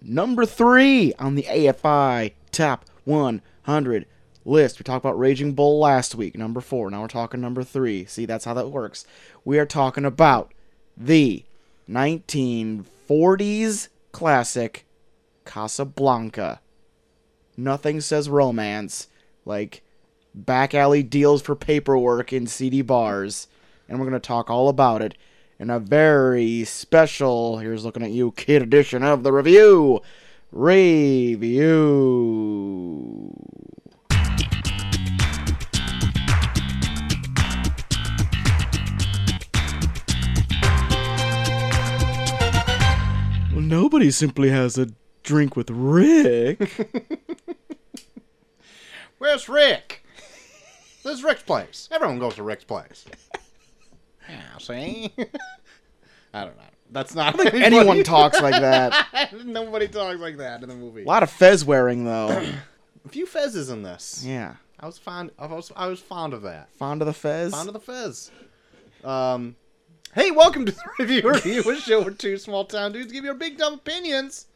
number three on the AFI Top 100 list. We talked about Raging Bull last week, number four. Now we're talking number three. See, that's how that works. We are talking about the 1940s classic Casablanca. Nothing says romance like back alley deals for paperwork in CD bars. And we're going to talk all about it in a very special, here's looking at you, kid edition of the review. Review. Well, nobody simply has a drink with Rick. Where's Rick? this is Rick's place. Everyone goes to Rick's place. Yeah, see? I don't know. That's not Anyone talks like that. Nobody talks like that in the movie. A lot of fez wearing though. A few fezzes in this. Yeah, I was fond. I was. I was fond of that. fond of the fez. Fond of the fez. Um, hey, welcome to the review review a show where two small town dudes give you our big dumb opinions.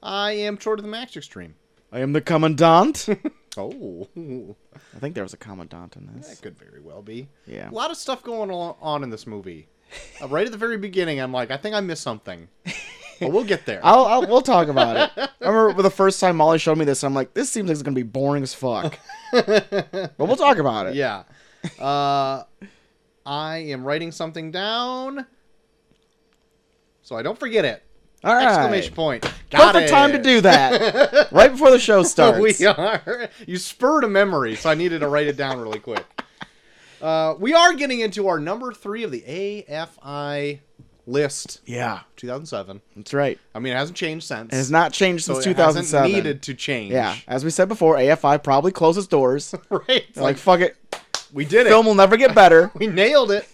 I am short of the max extreme. I am the commandant. Oh, I think there was a commandant in this. that could very well be. Yeah. A lot of stuff going al- on in this movie. Uh, right at the very beginning, I'm like, I think I missed something. But we'll get there. I'll, I'll we'll talk about it. I remember the first time Molly showed me this, I'm like, this seems like it's gonna be boring as fuck. but we'll talk about it. yeah. Uh, I am writing something down, so I don't forget it. All right. Exclamation point! Got Perfect time to it. do that. right before the show starts. we are. You spurred a memory, so I needed to write it down really quick. Uh, we are getting into our number three of the AFI list, Yeah, 2007. that's right. I mean, it hasn't changed since. It has not changed so since it 2007. hasn't needed to change. yeah, as we said before, AFI probably closed its doors. right. It's They're like, Like, fuck it, we did it. film will never get better. We nailed it.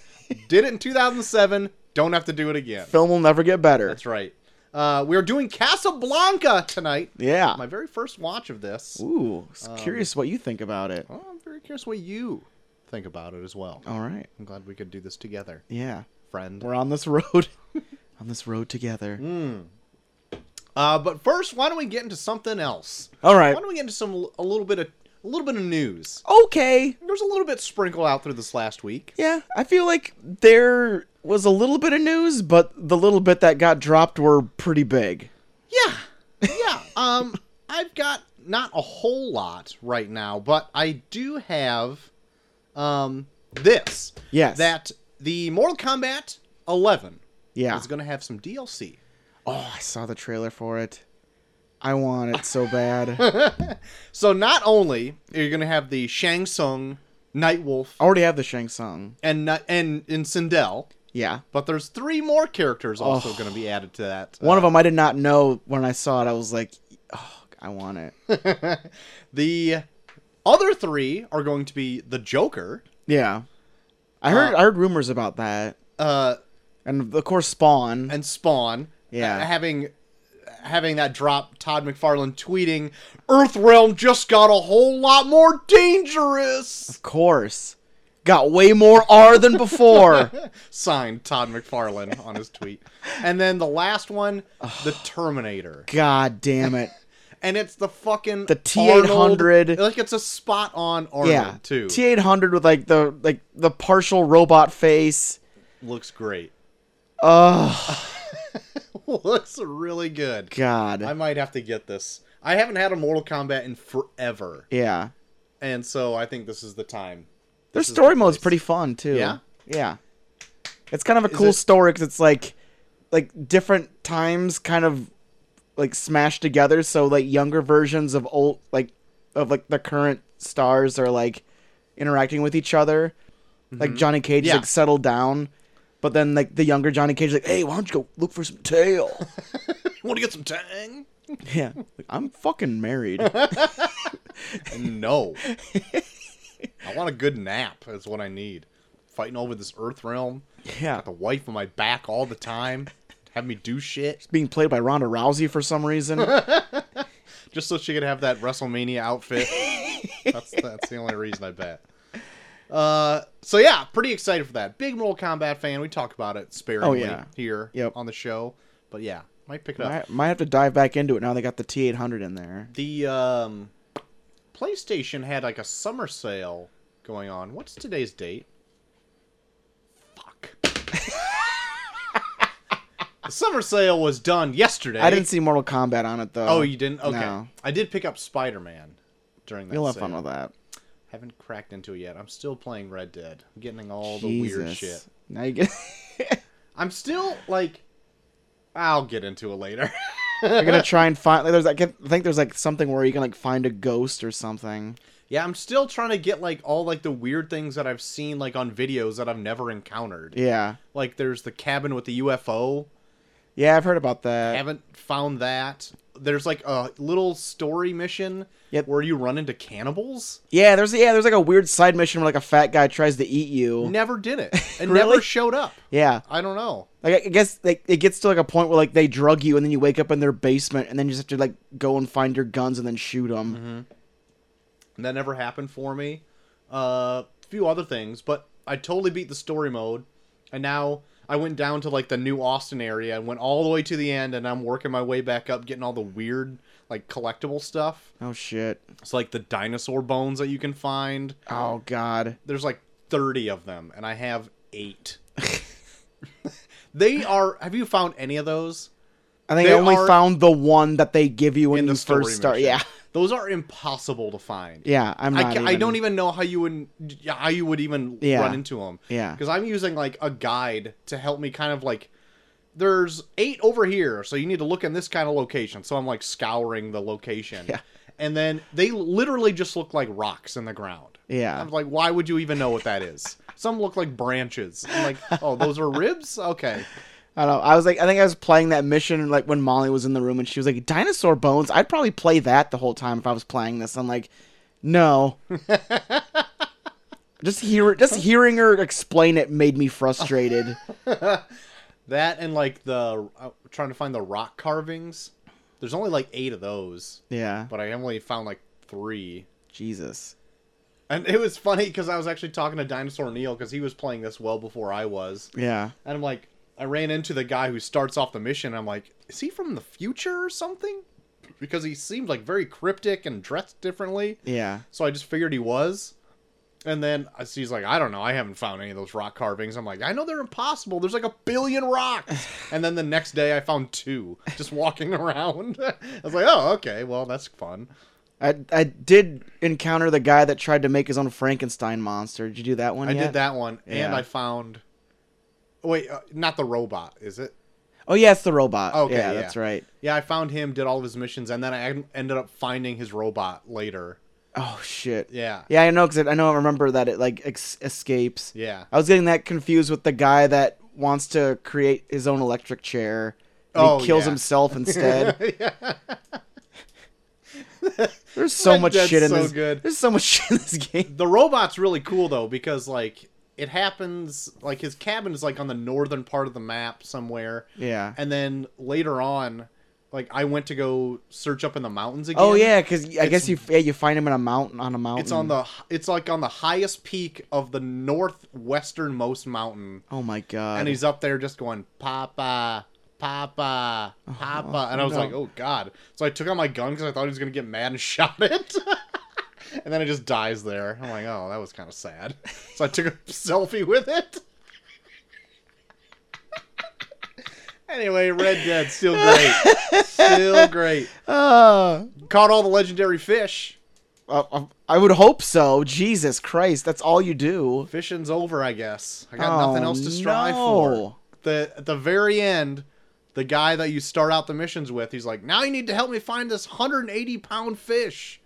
Did it in 2007. Don't have to do it again. film will never get better. That's right. Uh, we are doing Casablanca tonight. Yeah. My very first watch of this. Ooh, s- curious what you think about it. Well, I'm very curious what you think about it as well. All right. I'm glad we could do this together. Yeah. friend. We're on this road. Mm. on this road together. Uh, but first, why don't we get into something else? All right. Why don't we get into some a little bit of a little bit of news? Okay. There's a little bit sprinkled out through this last week. Yeah, I feel like there was a little bit of news, but the little bit that got dropped were pretty big. Yeah, yeah. um, I've got not a whole lot right now, but I do have um this. Yes. That the Mortal Kombat 11 Yeah. is going to have some DLC. Oh, I saw the trailer for it. I want it so bad. I So not only are you going to have the Shang Tsung, Nightwolf, already have the Shang Tsung. and Ni- and and Sindel. Yeah. But there's three more characters also going to be added to that. Oh. Uh, One of them I did not know when I saw it. I was like, oh, I want it. the other three are going to be the Joker, Yeah. I heard I heard rumors about that. uh, And of course Spawn. and Spawn. Yeah. Uh, having having that drop, Todd McFarlane tweeting, "Earthrealm just got a whole lot more dangerous." of course. Got way more R than before. Signed Todd McFarlane on his tweet. And then the last one, the Terminator. God damn it. And it's the fucking The T800. Arnold- Like it's a spot on Arnold Yeah. too. T eight hundred with like the like the partial robot face. Looks great. Oh looks really good. God. I might have to get this. I haven't had a Mortal Kombat in forever, yeah. and so I think this is the time. Their is story the mode's place. pretty fun too. Yeah? Yeah. It's kind of a cool it- story because it's like like different times kind of like smashed together. So like younger versions of old like of like the current stars are like interacting with each other. Like Johnny Cage is Mm-hmm. Yeah. like settled down. But then, like the younger Johnny Cage, is like, hey, why don't you go look for some tail? You want to get some Tang? yeah, like, I'm fucking married. No. I want a good nap. Is what I need. Fighting over this Earth realm, Yeah, the wife on my back all the time, have me do shit being played by Ronda Rousey for some reason. just so she could have that WrestleMania outfit. that's that's the only reason I bet. Uh, so yeah, pretty excited for that. Big Mortal Kombat fan. We talk about it sparingly Oh, yeah. here Yep. on the show, but yeah, Might pick it up. Might, might have to dive back into it now. They got the T eight hundred in there. The um, PlayStation had like a summer sale going on. What's today's date? Fuck. the summer sale was done yesterday. I didn't see Mortal Kombat on it though. Oh, you didn't? Okay. No. I did pick up Spider Man during that. You'll have sale. fun with that. Haven't cracked into it yet. I'm still playing Red Dead. I'm getting all the Jesus. weird shit. Now you get. I'm still like, I'll get into it later. I'm gonna try and find. Like, there's like, I think there's like something where you can like find a ghost or something. Yeah, I'm still trying to get like all like the weird things that I've seen like on videos that I've never encountered. Yeah, Like there's the cabin with the UFO. yeah, I've heard about that. Haven't found that. There's like a little story mission Yep. where you run into cannibals. Yeah, there's yeah, there's like a weird side mission where like a fat guy tries to eat you. Never did it. And Really? never showed up. Yeah, I don't know. like I- I guess like it gets to like a point where like they drug you and then you wake up in their basement and then you just have to like go and find your guns and then shoot them. Mm-hmm. That never happened for me. A uh, few other things, but I totally beat the story mode, and now I went down to like the new Austin area and went all the way to the end, and I'm working my way back up, getting all the weird like collectible stuff. Oh shit! It's like the dinosaur bones that you can find. Oh god! There's like 30 of them, and I have eight. they are. Have you found any of those? I think They I only are- found the one that they give you when In you the story first start. mission? Yeah, Those are impossible to find. yeah. I'm I, not. ca- I don't e-, even know how you would how you would even Yeah. run into them. Yeah. because I'm using like a guide to help me kind of like there's eight over here, so you need to look in this kind of location. So I'm like scouring the location. Yeah. And then they literally just look like rocks in the ground. Yeah. I'm like, why would you even know what that is? Some look like branches. I'm like, oh, those are ribs? Okay. I don't know. I was like, I think I was playing that mission like when Molly was in the room and she was like, "Dinosaur bones." I'd probably play that the whole time if I was playing this. I'm like, no. just hear just hearing her explain it made me frustrated. That and like the I'm trying to find the rock carvings. There's only like eight of those, yeah, but I only found like three. Jesus. And it was funny because I was actually talking to Dinosaur Neil because he was playing this well before I was. Yeah, And I'm like, I ran into the guy who starts off the mission. And I'm like, is he from the future or something? Because he seemed like very cryptic and dressed differently. yeah. So I just figured he was. And then I- he's like, I don't know. I haven't found any of those rock carvings. I'm like, I know they're impossible. There's like a billion rocks. and then the next day I found two just walking around. I was like, oh, okay. Well, that's fun. I I did encounter the guy that tried to make his own Frankenstein monster. Did you do that one? I yet? did that one. And Yeah. I found. Wait, uh, not the robot, is it? Oh yeah, it's the robot. Okay, yeah, yeah. that's right. Yeah, I found him, did all of his missions, and then I en- ended up finding his robot later. Oh shit. Yeah. Yeah, I know because I know I remember that it like ex- escapes. Yeah. I was getting that confused with the guy that wants to create his own electric chair. And Oh, he kills yeah. himself instead. There's so Red much Dead's shit in so this. good. There's so much shit in this game. The robot's really cool though because like it happens like his cabin is like on the northern part of the map somewhere. Yeah. And then later on, like I went to go search up in the mountains again. oh yeah, because I guess you yeah you find him in a mountain on a mountain. It's on the it's like on the highest peak of the northwesternmost mountain. Oh my god. and he's up there just going papa papa papa and i was no. like oh god so i took out my gun because i thought he was going to get mad and shot it and then it just dies there i'm like oh that was kind of sad so i took a selfie with it anyway red dead still great still great Uh, caught all the legendary fish uh, uh, I would hope so. Jesus Christ, that's all you do. fishing's over i guess i got Oh, nothing else to strive for no. the at the very end, the guy that you start out the missions with, he's like, "Now you need to help me find this 180 pound fish,"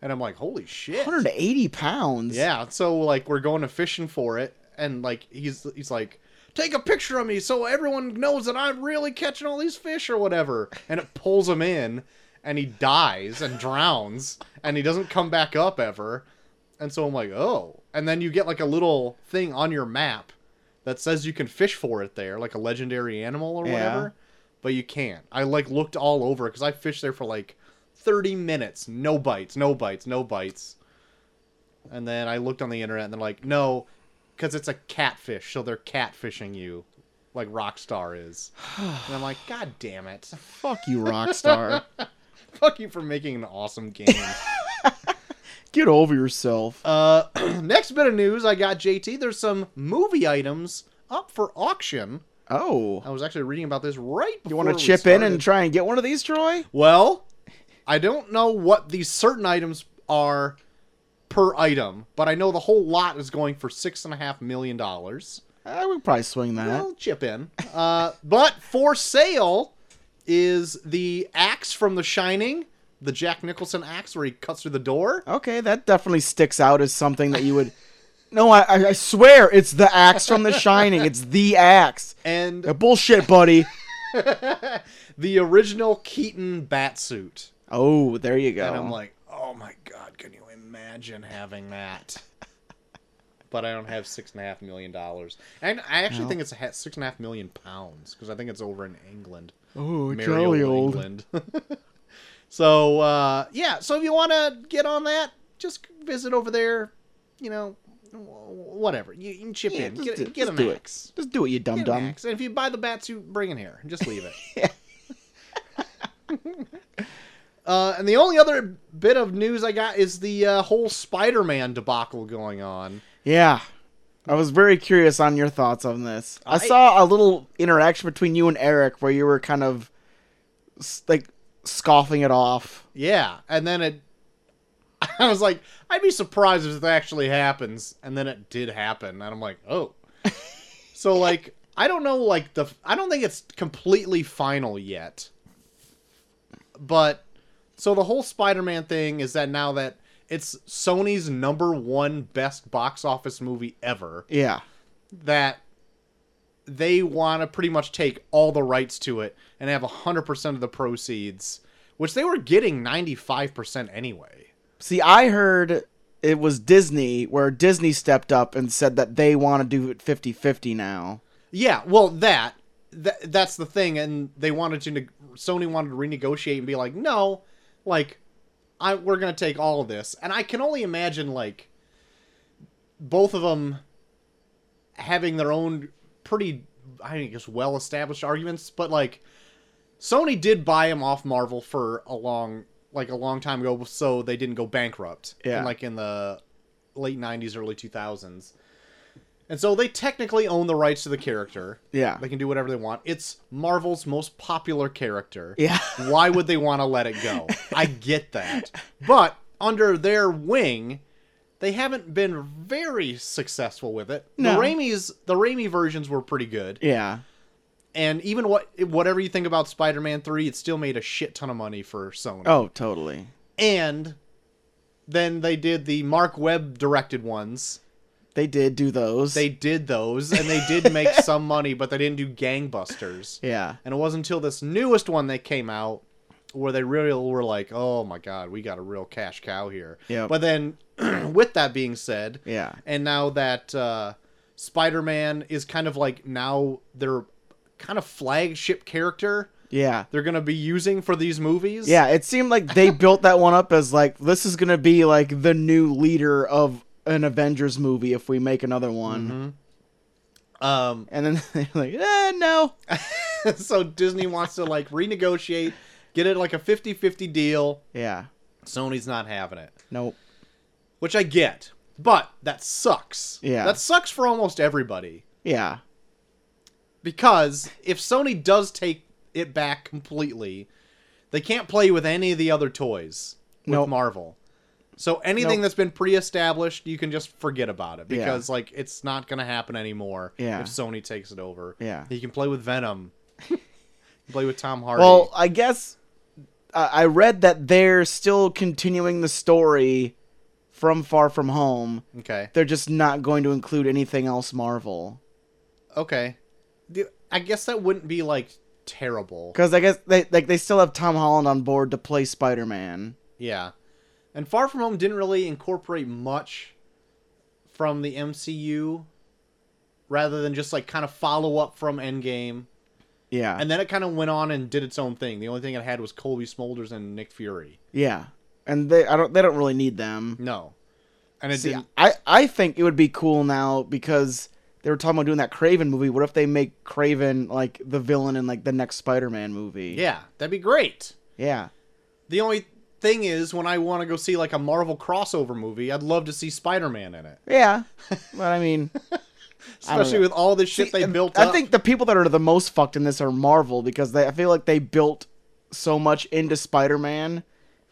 and I'm like, "Holy shit!" 180 pounds. Yeah, so like we're going to fishing for it, and like he's he's like, "Take a picture of me so everyone knows that I'm really catching all these fish or whatever," and it pulls him in, and he dies and drowns, and he doesn't come back up ever, and so I'm like, "Oh," and then you get like a little thing on your map that says you can fish for it there, like a legendary animal or Yeah. whatever, but you can't. I like looked all over because I fished there for like 30 minutes, no bites, no bites, no bites. And then I looked on the internet and they're like, no, because it's a catfish, so they're catfishing you. like Rockstar is. And I'm like, God damn it. Fuck you, Rockstar. Fuck you for making an awesome game. Get over yourself. uh, next bit of news I got, JT. There's some movie items up for auction. Oh. I was actually reading about this right before You want to we chip in started. and try and get one of these, Troy? Well, I don't know what these certain items are per item, but I know the whole lot is going for six and a half million dollars. I would Ah, probably swing that. Well, chip in. Uh, but for sale is the axe from The Shining, the Jack Nicholson axe where he cuts through the door. okay, that definitely sticks out as something that you would. No, I- I, I swear it's the axe from The Shining. It's the axe. And Uh, bullshit, buddy. the original Keaton bat suit. Oh, there you go. And I'm like, oh my god, can you imagine having that? but I don't have six and a half million dollars, and I actually No. think it's a ha- six and a half million pounds because I think it's over in England. oh, Merry jolly old. England. so uh, yeah, so if you want to get on that, just visit over there. You know, wh- whatever you, you can chip Yeah, in, just get, do- get just an do it. axe. Just do it, you dumb Get an dumb. axe. And if you buy the bat suit, bring it here. Just leave it. Uh, and the only other bit of news I got is the uh, whole Spider-Man debacle going on. Yeah. I was very curious on your thoughts on this. I, I- saw a little interaction between you and Eric where you were kind of s- like scoffing it off. Yeah, and then it, I was like, I'd be surprised if this actually happens, and then it did happen, and I'm like, oh. so like, I don't know, like the, I don't think it's completely final yet, but so the whole Spider-Man thing is that now that it's Sony's number one best box office movie ever. Yeah. that they want to pretty much take all the rights to it and have 100% of the proceeds, which they were getting 95% anyway. See, I heard it was Disney where Disney stepped up and said that they want to do it 50-50 now. Yeah, well, that, th- that's the thing. And they wanted to, neg- Sony wanted to renegotiate and be like, no, like, I, we're going to take all of this. And I can only imagine, like, both of them having their own pretty, I guess, well established arguments, but, like, Sony did buy him off Marvel for a long, like a long time ago, so they didn't go bankrupt. Yeah. In like in the late '90s, early 2000s, and so they technically own the rights to the character. Yeah. They can do whatever they want. It's Marvel's most popular character. Yeah. Why would they want to let it go? I get that, but under their wing, they haven't been very successful with it. No. The Raimi's the Raimi versions were pretty good Yeah. and even what whatever you think about Spider-Man 3, it still made a shit ton of money for Sony. Oh, totally. And then they did the Mark Webb directed ones. They did do those. They did those and they did make some money, but they didn't do gangbusters. Yeah. And it wasn't until this newest one that came out where they really were like, "Oh my god, we got a real cash cow here." Yep. But then with that being said, Yeah. and now that uh, Spider-Man is kind of like now their kind of flagship character, Yeah. they're gonna be using for these movies. Yeah, it seemed like they built that one up as like this is gonna be like the new leader of an Avengers movie if we make another one. Um. And then they're like, eh, no. so Disney wants to like renegotiate, get it like a 50-50 deal. Yeah. Sony's not having it, Nope. which I get, but that sucks. Yeah. That sucks for almost everybody Yeah. because if Sony does take it back completely, they can't play with any of the other toys with Nope. Marvel. So anything Nope. that's been pre-established, you can just forget about it Yeah. because like it's not gonna happen anymore. Yeah. If Sony takes it over, Yeah. you can play with Venom, You can play with Tom Hardy. Well, I guess I I read that they're still continuing the story from Far From Home. okay, They're just not going to include anything else Marvel. okay. Do- I guess that wouldn't be like terrible. Because I guess they like they still have Tom Holland on board to play Spider Man. Yeah. And Far From Home didn't really incorporate much from the MCU rather than just like kind of follow up from Endgame. Yeah. And then it kind of went on and did its own thing. The only thing it had was Colby Smulders and Nick Fury. yeah. And they I don't they don't really need them. No. And it See, didn't I, I think it would be cool now because they were talking about doing that Craven movie. What if they make Craven like the villain in like the next Spider-Man movie? Yeah, that'd be great. Yeah. The only thing is, when I want to go see like a Marvel crossover movie, I'd love to see Spider Man in it, Yeah. but I mean, don't especially know. with all the shit they I- built. I up. think the people that are the most fucked in this are Marvel because they, I feel like they built so much into Spider-Man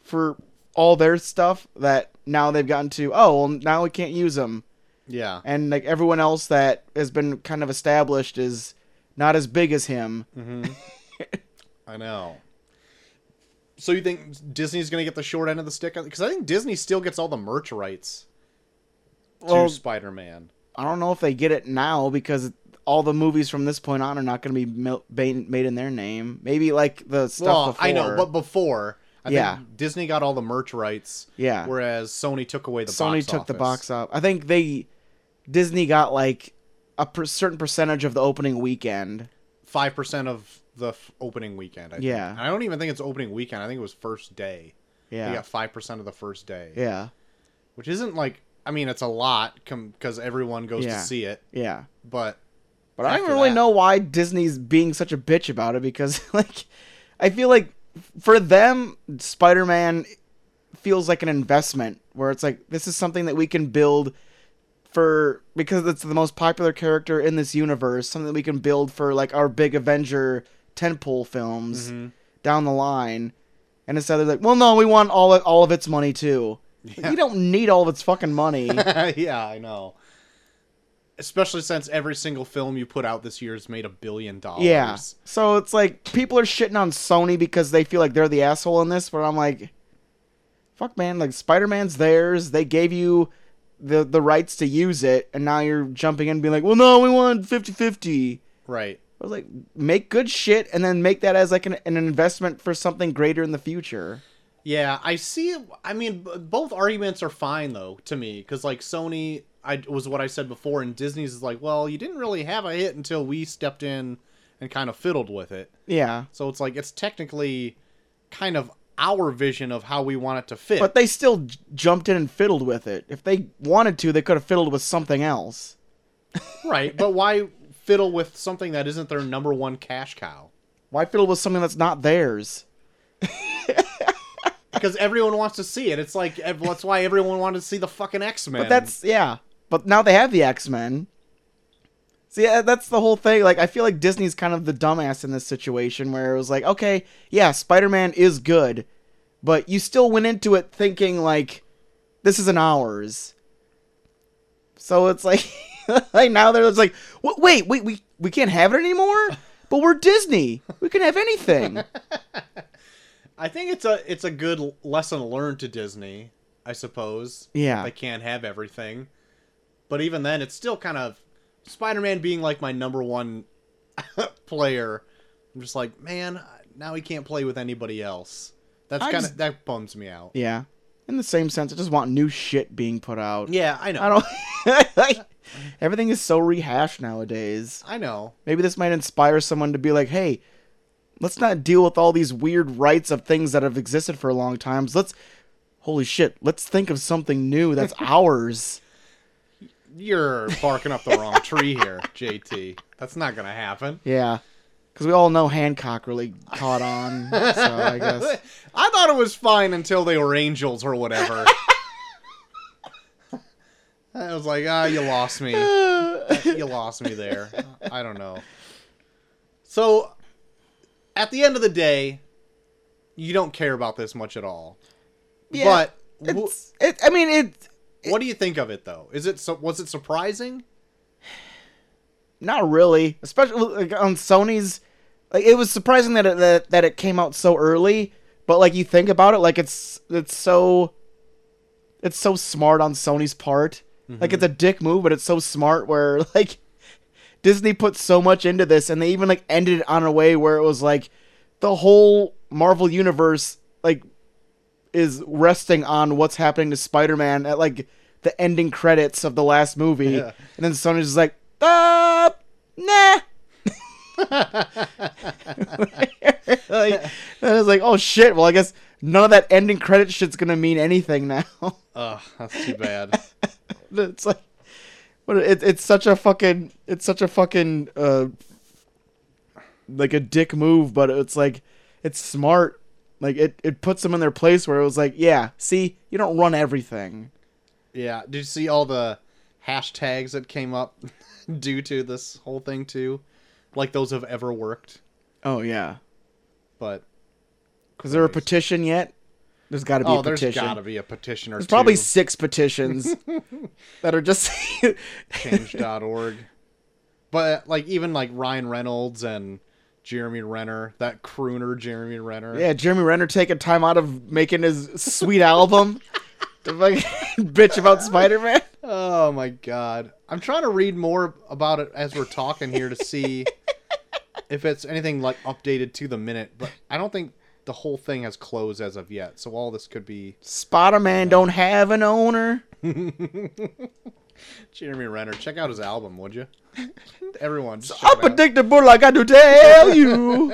for all their stuff that now they've gotten to oh well now we can't use them Yeah, and like everyone else that has been kind of established is not as big as him. Mm. I know. So you think Disney's gonna get the short end of the stick? Because I think Disney still gets all the merch rights Well- to Spider Man. I don't know if they get it now because all the movies from this point on are not going to be mil- ba- made in their name. Maybe like the stuff Well, before. I know, but before, I Yeah. think Disney got all the merch rights. Yeah. Whereas Sony took away the Sony box took the office. box off. I think they Disney got like a per- certain percentage of the opening weekend. five percent of the f- opening weekend. I think. Yeah. and I don't even think it's opening weekend. I think it was first day. Yeah. They got five percent of the first day, Yeah. which isn't like I mean it's a lot because everyone goes Yeah. to see it, Yeah. but But I don't After really that- know why Disney's being such a bitch about it because like I feel like for them Spider-Man feels like an investment where it's like this is something that we can build for because it's the most popular character in this universe, something that we can build for like our big Avenger tentpole films Mm-hmm. down the line. And instead they're like, "Well, no, we want all all of its money too." Like, Yeah. You don't need all of its fucking money. yeah, I know. Especially since every single film you put out this year has made a billion dollars. Yeah. So it's like people are shitting on Sony because they feel like they're the asshole in this, but I'm like, fuck, man. Like Spider Man's theirs. They gave you the the rights to use it, and now you're jumping in and being like, well, no, we want 50 50. Right. I was like, make good shit and then make that as like an, an investment for something greater in the future. Yeah, I see. I mean, b- both arguments are fine though to me because like Sony, I was what I said before, and Disney's is like, well, you didn't really have a hit until we stepped in and kind of fiddled with it. Yeah. So it's like it's technically kind of our vision of how we want it to fit. But they still j- jumped in and fiddled with it. If they wanted to, they could have fiddled with something else. right. But why fiddle with something that isn't their number one cash cow? Why fiddle with something that's not theirs? because everyone wants to see it. It's like ev- that's why everyone wanted to see the fucking X Men. But that's yeah. But now they have the X Men. See, yeah, that's the whole thing. Like, I feel like Disney's kind of the dumbass in this situation, where it was like, okay, yeah, Spider Man is good, but you still went into it thinking like, this is an ours. So it's like, like now they're just like, "Wa- wait, wait, we we can't have it anymore. But we're Disney. We can have anything. I think it's a it's a good l- lesson learned to Disney, I suppose. Yeah. they can't have everything, but even then, it's still kind of Spider Man being like my number one player. I'm just like, man, now he can't play with anybody else. That's I kind of just- that bums me out. Yeah, yeah. In the same sense, I just want new shit being put out. I know. I I, don't. like, everything is so rehashed nowadays. know. Maybe this might inspire someone to be like, "Hey, let's not deal with all these weird rights of things that have existed for a long times. Let's, holy shit, let's think of something new that's ours." You're barking up the wrong tree here, JT. That's not gonna happen. Yeah, because we all know Hancock really caught on. So I guess I thought it was fine until they were angels or whatever. I was like, ah, you lost me. You lost me there. I don't know. So, at the end of the day, you don't care about this much at all. Yeah, but wh- it's. It, I mean, it. what do you think of it though? Is it su- was it surprising? Not really, especially like, on Sony's. Like it was surprising that it, that that it came out so early, but like you think about it, like it's it's so it's so smart on Sony's part. Like it's a dick move, but it's so smart where like Disney put so much into this, and they even like ended it on a way where it was like the whole Marvel universe like is resting on what's happening to Spider-Man at like the ending credits of the last movie, Yeah. and then Sony's just like, uh, nah. like, and I was like, oh shit. Well, I guess none of that ending credit shit's gonna mean anything now. Ugh, that's too bad. it's like, But it, it's such a fucking it's such a fucking uh like a dick move, but it's like it's smart. Like it, it puts them in their place where it was like, yeah, see, you don't run everything. Yeah. Did you see all the hashtags that came up due to this whole thing too? Like those have ever worked, Oh yeah. but Is there a Christ. petition yet? There's got to be oh, a there's petition. gotta be a petition or There's probably two. six petitions that are just change.org. But like even like Ryan Reynolds and Jeremy Renner, that crooner Jeremy Renner. Yeah, Jeremy Renner taking time out of making his sweet album to fucking bitch about Spider Man. Oh my god. I'm trying to read more about it as we're talking here to see if it's anything like updated to the minute, but I don't think the whole thing has closed as of yet. So all this could be Spider Man don't have an owner. Jeremy Renner. Check out his album, would you? Everyone just check it out. Unpredictable, I got to tell you.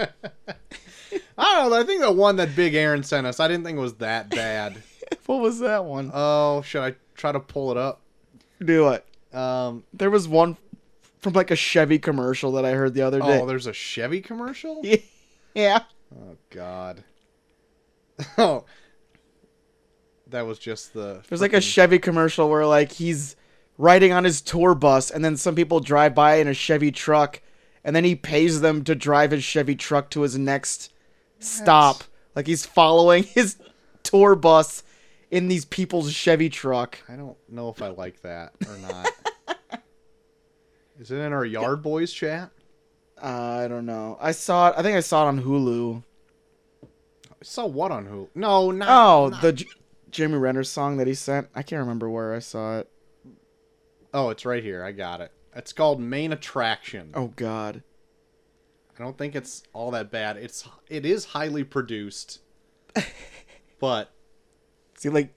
I don't know. I think the one that Big Aaron sent us, I didn't think it was that bad. what was that one? Oh, should I try to pull it up? Uh, Do it. Um, There was one from like a Chevy commercial that I heard the other oh, day. there's a Chevy commercial? yeah. Oh god. Oh. That was just the There's like a Chevy commercial where like he's riding on his tour bus and then some people drive by in a Chevy truck and then he pays them to drive his Chevy truck to his next stop. Like he's following his tour bus in these people's Chevy truck. I don't know if I like that or not. Is it in our Yard Boys chat? I don't know. I saw it I think I saw it on Hulu. I saw what on who? No, not Oh, the J- Jeremy Renner song that he sent. I can't remember where I saw it. Oh, it's right here. I got it. It's called Main Attraction. Oh god. I don't think it's all that bad. It's it is highly produced. but Is he like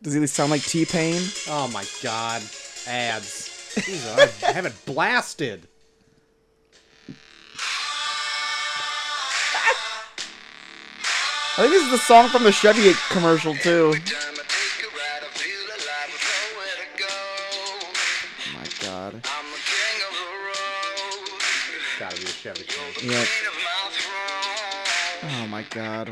does he sound like T-Pain? oh my god, ads. Jesus, I have it blasted. I think this is the song from the Chevy commercial too. Every time I take a ride, I feel alive with nowhere to go. Oh, My God. I'm the king of the road. Gotta be a Chevy. commercial. The Yep. queen of my throne. Oh my God.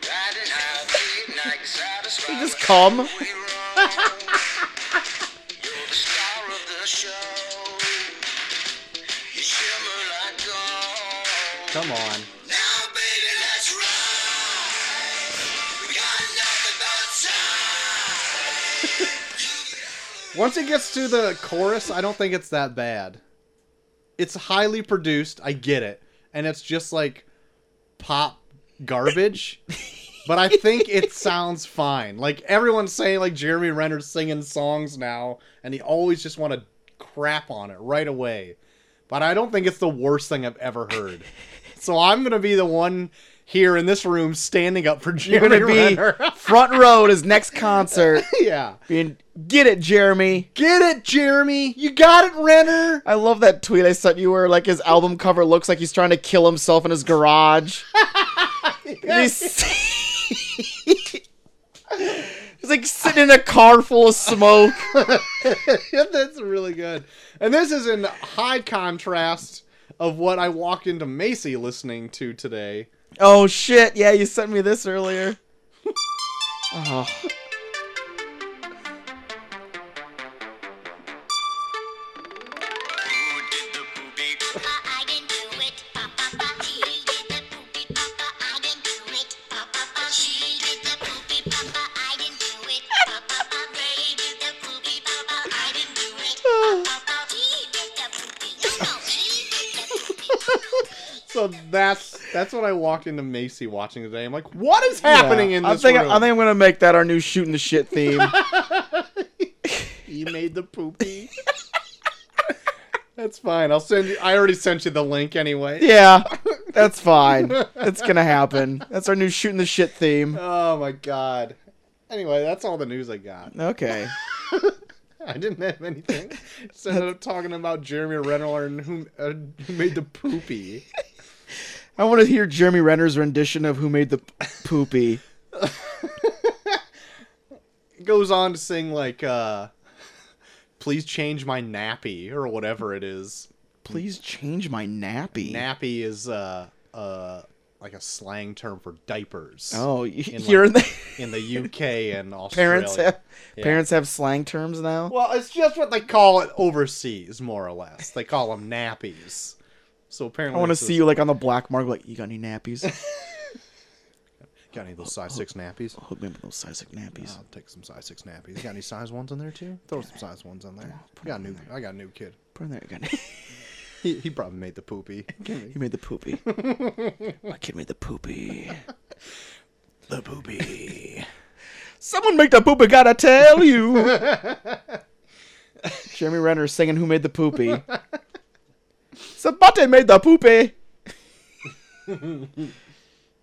Riding high, late night, satisfied You just with come. no way wrong. You're the star of the show. You shimmer like gold. Come on. Now, baby, let's ride. We got nothing but time. Once it gets to the chorus, I don't think it's that bad. It's highly produced, I get it. And it's just like pop garbage. but I think it sounds fine. Like everyone's saying like Jeremy Renner's singing songs now and he always just want to crap on it right away. But I don't think it's the worst thing I've ever heard. so I'm going to be the one here in this room standing up for You're Jeremy gonna be Renner. front row at his next concert. yeah. Being, get it, Jeremy. Get it, Jeremy. You got it, Renner. I love that tweet I sent you where like his album cover looks like he's trying to kill himself in his garage. And he's, he's like sitting in a car full of smoke. Yeah, that's really good. And this is in high contrast of what I walked into Macy listening to today. Oh shit! Yeah, you sent me this earlier. Oh. Who did the poopy? I can do it. Pop, pop, pop. She did the poopy, papa. I can do it. Pop, pop, pop. She did the poopy, papa. I can do it. Pop, pop, pop. They did the poopy, papa. I can do it. Pop, pop, pop. He did the poopy. You know he did the poopy. So that's that's what I walked into Macy watching today. I'm like, what is happening Yeah, in I this think room? I think I'm gonna make that our new shooting the shit theme. he made the poopy. that's fine. I'll send you. I already sent you the link anyway. Yeah, that's fine. It's gonna happen. That's our new shooting the shit theme. Oh my god. Anyway, that's all the news I got. Okay. I didn't have anything. Just ended up talking about Jeremy Renner and who, uh, who made the poopy. I want to hear Jeremy Renner's rendition of Who Made the P- Poopy. goes on to sing like uh please change my nappy or whatever it is. Please change my nappy. Nappy is uh uh like a slang term for diapers. oh, y- In, like, you're in the in the UK and Australia. parents have Yeah. parents have slang terms now. Well, it's just what they call it overseas, more or less. They call them nappies. So I apparently, want to it's see this- you like on the black market. Like, you got any nappies? Got any of those size six nappies? Hook me up with those size like nappies. I'll take some size six nappies. Got any size ones in there too? Throw some size ones in there. I got a new. I got a new kid. Put 'em there again. He, he probably made the poopy. He made the poopy. My kid made the poopy. the poopy. Someone make the poopy, gotta tell you. Jeremy Renner singing Who Made the Poopy. Somebody made the poopy.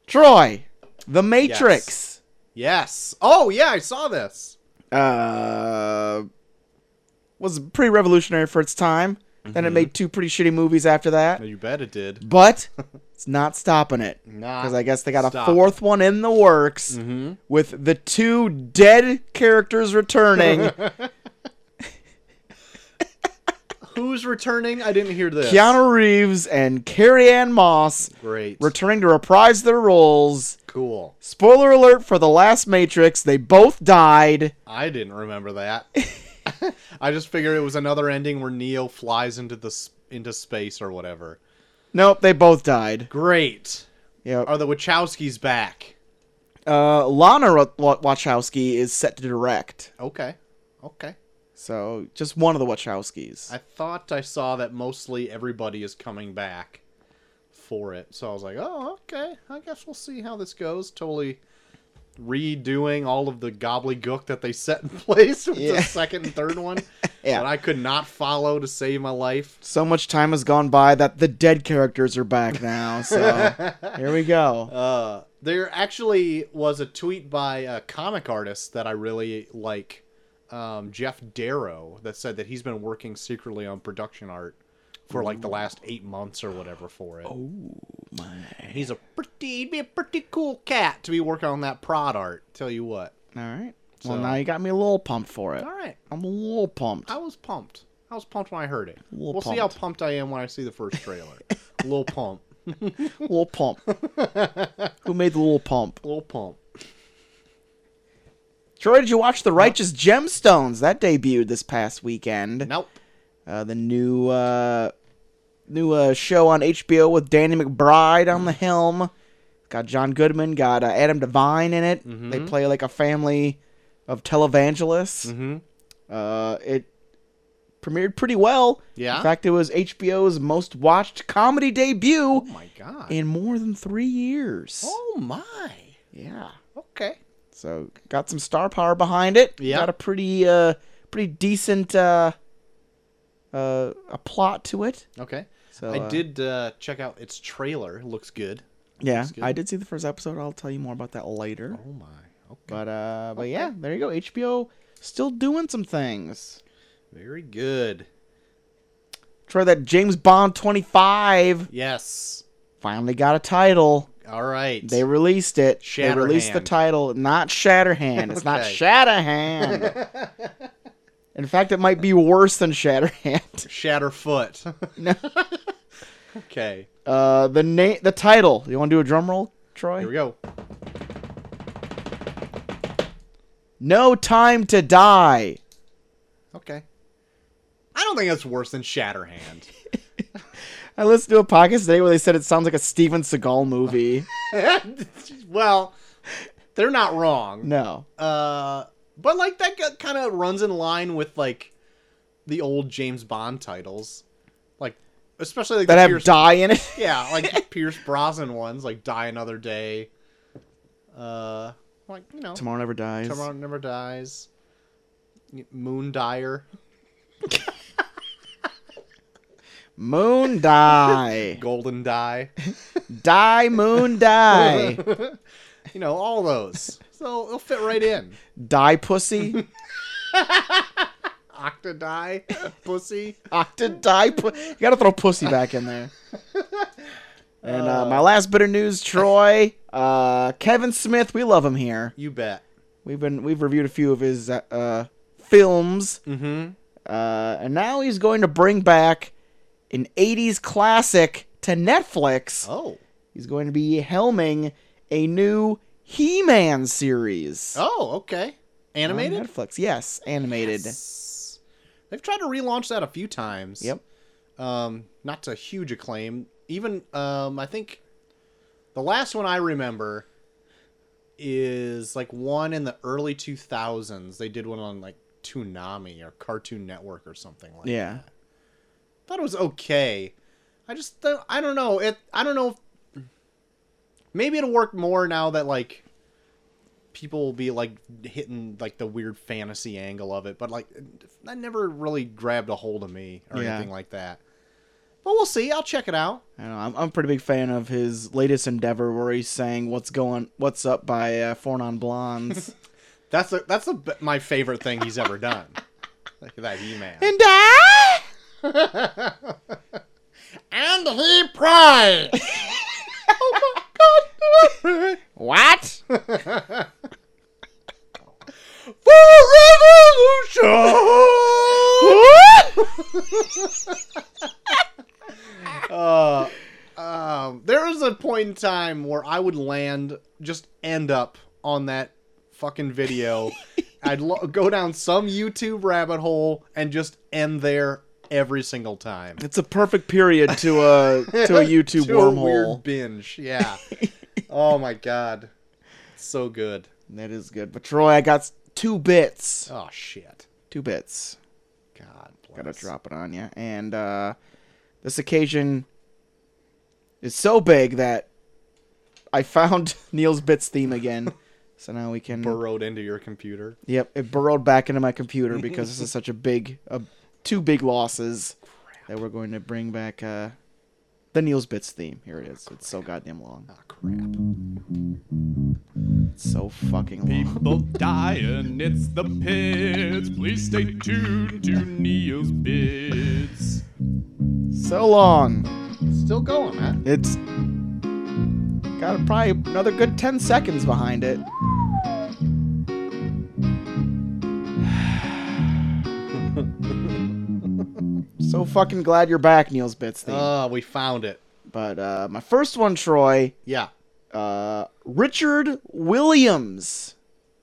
Troy, The Matrix. Yes. Oh yeah, I saw this. Uh, was pretty revolutionary for its time. Then it made two pretty shitty movies after that. Mm-hmm. You bet it did. But it's not stopping it. Nah. Because I guess they got Stop. Mm-hmm. a fourth one in the works with the two dead characters returning. Who's returning? I didn't hear this. Keanu Reeves and Carrie Ann Moss Great. returning to reprise their roles. cool. Spoiler alert for The Last Matrix, they both died. I didn't remember that. I just figured it was another ending where Neo flies into the s- into space or whatever. Nope, they both died. Great. Yeah. Are the Wachowskis back? Uh, Lana Ro- Wa- Wachowski is set to direct. Okay. Okay. So, just one of the Wachowskis. I thought I saw that mostly everybody is coming back for it. So I was like, "Oh, okay. I guess we'll see how this goes." Totally redoing all of the gobbledygook that they set in place with Yeah. the second and third one Yeah. that I could not follow to save my life. so much time has gone by that the dead characters are back now. So, here we go. Uh, there actually was a tweet by a comic artist that I really like, um, Jeff Darrow, that said that he's been working secretly on production art for like the last eight months or whatever for it. Oh my! He's a pretty, he'd be a pretty cool cat to be working on that prod art. Tell you what. All right. Well, So- now you got me a little pumped for it. All right, I'm a little pumped. I was pumped. I was pumped when I heard it. Little we'll see how pumped. pumped I am when I see the first trailer. Little pump. A little pump. Who made the little pump? Little pump. Troy, did you watch The Righteous Gemstones? That debuted this past weekend. Nope. Uh, the new uh, new uh, show on HBO with Danny McBride on the Mm-hmm. helm. Got John Goodman. Got uh, Adam Devine in it. Mm-hmm. They play like a family of televangelists. Mm-hmm. Uh, it premiered pretty well. Yeah? In fact, it was HBO's most watched comedy debut Oh my god. in more than three years. oh my. Yeah. Okay. So got some star power behind it. Yeah. Got a pretty uh pretty decent uh uh a plot to it. Okay. So, I uh, did uh, check out its trailer. It looks good. Yeah. good. I did see the first episode. I'll tell you more about that later. Oh my. Okay. But uh but yeah, there you go. HBO still doing some things. Very good. Try that James Bond 25 Yes. finally got a title. All right. They released it. They released the Shatterhand. title. Not Shatterhand. It's not Okay. Shatterhand. In fact, it might be worse than Shatterhand. Shatterfoot. No. okay. Uh, the name, the title. You want to do a drum roll, Troy? Here we go. No time to die. Okay. I don't think that's worse than Shatterhand. I listened to a podcast today where they said it sounds like a Steven Seagal movie. well, they're not wrong. no, Uh, but like that kind of runs in line with like the old James Bond titles, like especially like that the have Pierce- die in it. Yeah, like the Pierce Brosnan ones, like Die Another Day. Uh, like you know, Tomorrow, Tomorrow never dies. Never Dies. Moon Dyer, Moon die, Golden Die. die moon die, You know, all those. So it'll fit right in. die pussy, Octa Die, Pussy. octa die. Pu- you gotta throw pussy back in there. And uh, my last bit of news, Troy. Uh, Kevin Smith, we love him here. You bet. We've been we've reviewed a few of his uh, uh films. Mm-hmm. Uh, and now he's going to bring back an 80s classic to Netflix. Oh. He's going to be helming a new He Man series. Oh, okay. on Animated? Netflix, yes, animated. Yes. They've tried to relaunch that a few times. Yep. Um, not to huge acclaim. Even um, I think the last one I remember is like one in the early 2000s. They did one on like Toonami or Cartoon Network or something like. Yeah. Thought it was okay. I just th- I don't know it. I don't know. If, maybe it'll work more now that like people will be like hitting like the weird fantasy angle of it, but like that never really grabbed a hold of me or Yeah. anything like that. But we'll see. I'll check it out. I don't know, I'm, I'm a pretty big fan of his latest endeavor where he's saying what's going what's up by uh, Four Non Blondes. That's a, that's a, my favorite thing he's ever done. Like that email. and I And he prayed. oh my god. What? For revolution. uh, um, there was a point in time where I would land, just end up on that fucking video. I'd lo- go down some YouTube rabbit hole and just end there every single time. It's a perfect period to a to a YouTube To a wormhole. weird binge. Yeah. oh my god, so good. That is good. But Troy, I got s- two bits. Oh shit. Two bits. God bless. Gotta drop it on you. And uh, this occasion is so big that I found Neil's bits theme again. so now we can. burrowed into your computer. Yep, it burrowed back into my computer because this is such a big, uh, two big losses that we're going to bring back uh, the Neil's Bits theme. Here it is. It's so goddamn long. Ah, crap. It's so fucking long. People dying, it's the pits. Please stay tuned to Neil's Bits. So long. Still going, man. It's got probably another good 10 seconds behind it. so fucking glad you're back, Neil's Bits theme. Ah, we found it. but uh, my first one, Troy. Yeah. Uh, Richard Williams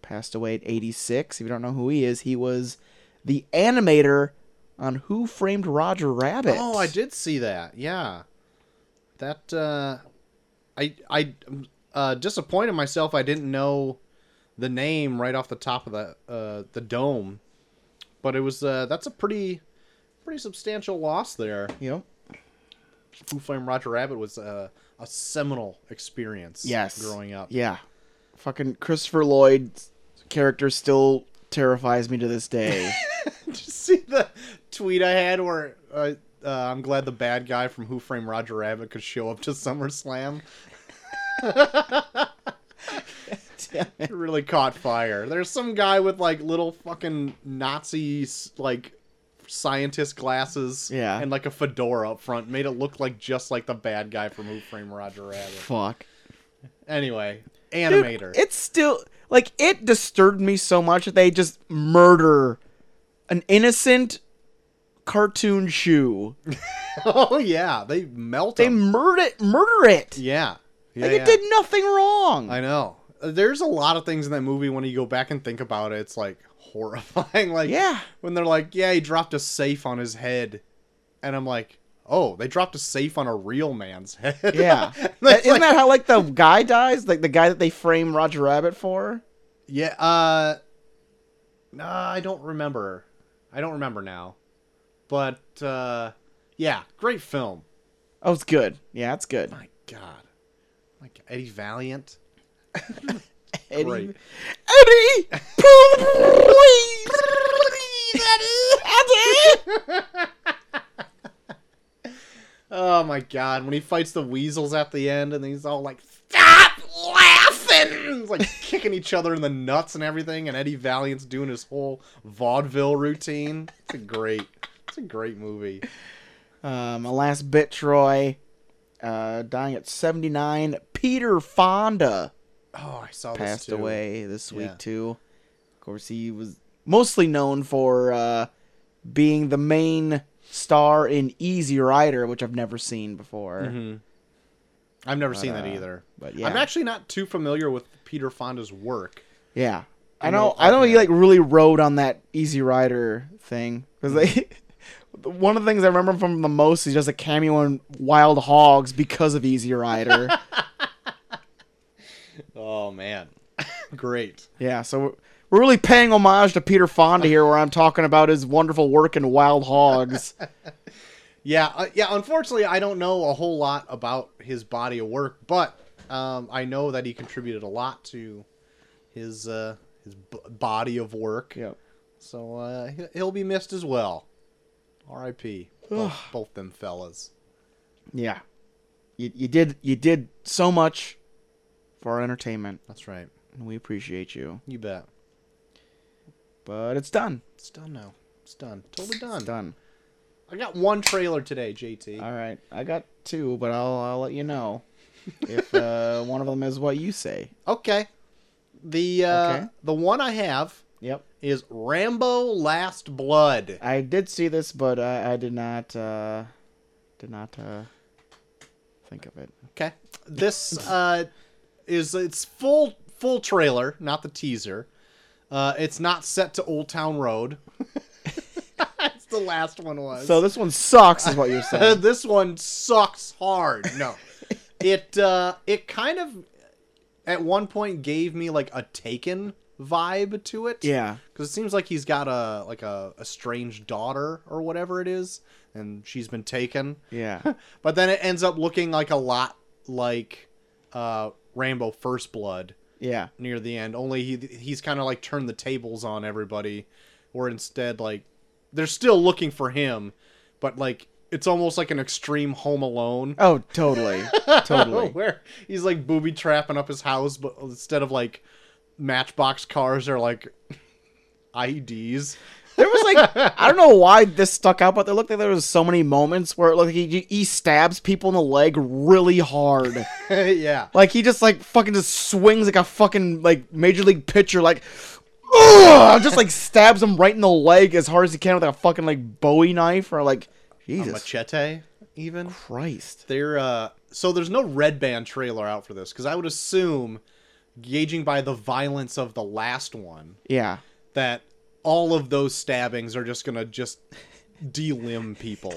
passed away at 86. If you don't know who he is, he was the animator on Who Framed Roger Rabbit. Oh, I did see that. Yeah. That uh I I um, uh disappointed myself I didn't know the name right off the top of the uh the dome. But it was uh that's a pretty pretty substantial loss there. Yep. Who Framed Roger Rabbit was uh, a seminal experience Yes. growing up. Yeah. Fucking Christopher Lloyd's character still terrifies me to this day. Did you see the tweet I had where uh, uh, I'm glad the bad guy from Who Framed Roger Rabbit could show up to SummerSlam? Damn it. It really caught fire. There's some guy with like little fucking Nazi s- like scientist glasses Yeah. and like a fedora up front made it look like just like the bad guy from Who Framed Roger Rabbit. Fuck. Anyway, Dude, animator. it's still like it disturbed me so much that they just murder an innocent cartoon shoe. oh yeah, they melt They him. murder it murder it. yeah. yeah. like yeah. it did nothing wrong. I know. There's a lot of things in that movie when you go back and think about it, it's like horrifying. like Yeah. when they're like, "Yeah, he dropped a safe on his head," and I'm like, "Oh, they dropped a safe on a real man's head." Yeah. And it's Isn't like- that how like the guy dies? Like the guy that they frame Roger Rabbit for? Yeah. Uh, nah, I don't remember. I don't remember now. But uh, yeah, great film. Oh, it's good. Yeah, it's good. My God, like Eddie Valiant. Eddie. Great. Eddie! Please! Eddie! Oh my God, when he fights the weasels at the end, and he's all like. Stop laughing! It's like kicking each other in the nuts and everything, and Eddie Valiant's doing his whole vaudeville routine. It's a great, it's a great movie. Um, a last bit, Troy. Uh, dying at 79. Peter Fonda Oh, I saw this passed too. away this week, Yeah. too. Of course, he was mostly known for uh, being the main star in Easy Rider, which I've never seen before. Mm-hmm. I've never seen that uh, either. but I'm yeah. actually not too familiar with Peter Fonda's work. Yeah, I know know. I know he like really rode on that Easy Rider thing because they. One of the things I remember from the most is just a cameo in Wild Hogs because of Easy Rider. Oh man, great. yeah, so we're- we're really paying homage to Peter Fonda here, where I'm talking about his wonderful work in Wild Hogs. Yeah, uh, yeah. Unfortunately, I don't know a whole lot about his body of work, but um, I know that he contributed a lot to his uh, his b- body of work. yep. So uh, he- he'll be missed as well. R.I.P. Both, both them fellas. Yeah. You, you did you did so much for our entertainment, That's right. and we appreciate you. You bet. But it's done. It's done now. It's done. Totally done. It's done. I got one trailer today, JT. All right, I got two, but I'll I'll let you know if uh, one of them is what you say. Okay. The uh, Okay. the one I have Yep, is Rambo: Last Blood. I did see this, but I, I did not uh, did not uh, think of it. Okay. This uh, is it's full full trailer, not the teaser. Uh, it's not set to Old Town Road. That's the last one was. So this one sucks, is what you're Uh, saying. this one sucks hard. No, it uh, it kind of at one point gave me like a Taken vibe to it. yeah, because it seems like he's got a like a estranged daughter or whatever it is, and she's been taken. yeah, But then it ends up looking like a lot like uh, Rambo First Blood yeah, near the end. Only he he's kind of like turned the tables on everybody, or instead like they're still looking for him, but like it's almost like an extreme Home Alone. oh, totally, totally. Where he's like booby trapping up his house, but instead of like matchbox cars, they're like IDs. There was like I don't know why this stuck out, but there looked like there was so many moments where like he, he stabs people in the leg really hard. yeah. Like he just like fucking just swings like a fucking like major league pitcher like Ugh! just like stabs him right in the leg as hard as he can with like, a fucking like Bowie knife or like A Jesus machete, even. Christ. They're uh so there's no red band trailer out for this because I would assume, gauging by the violence of the last one, Yeah. that all of those stabbings are just gonna just delimb people.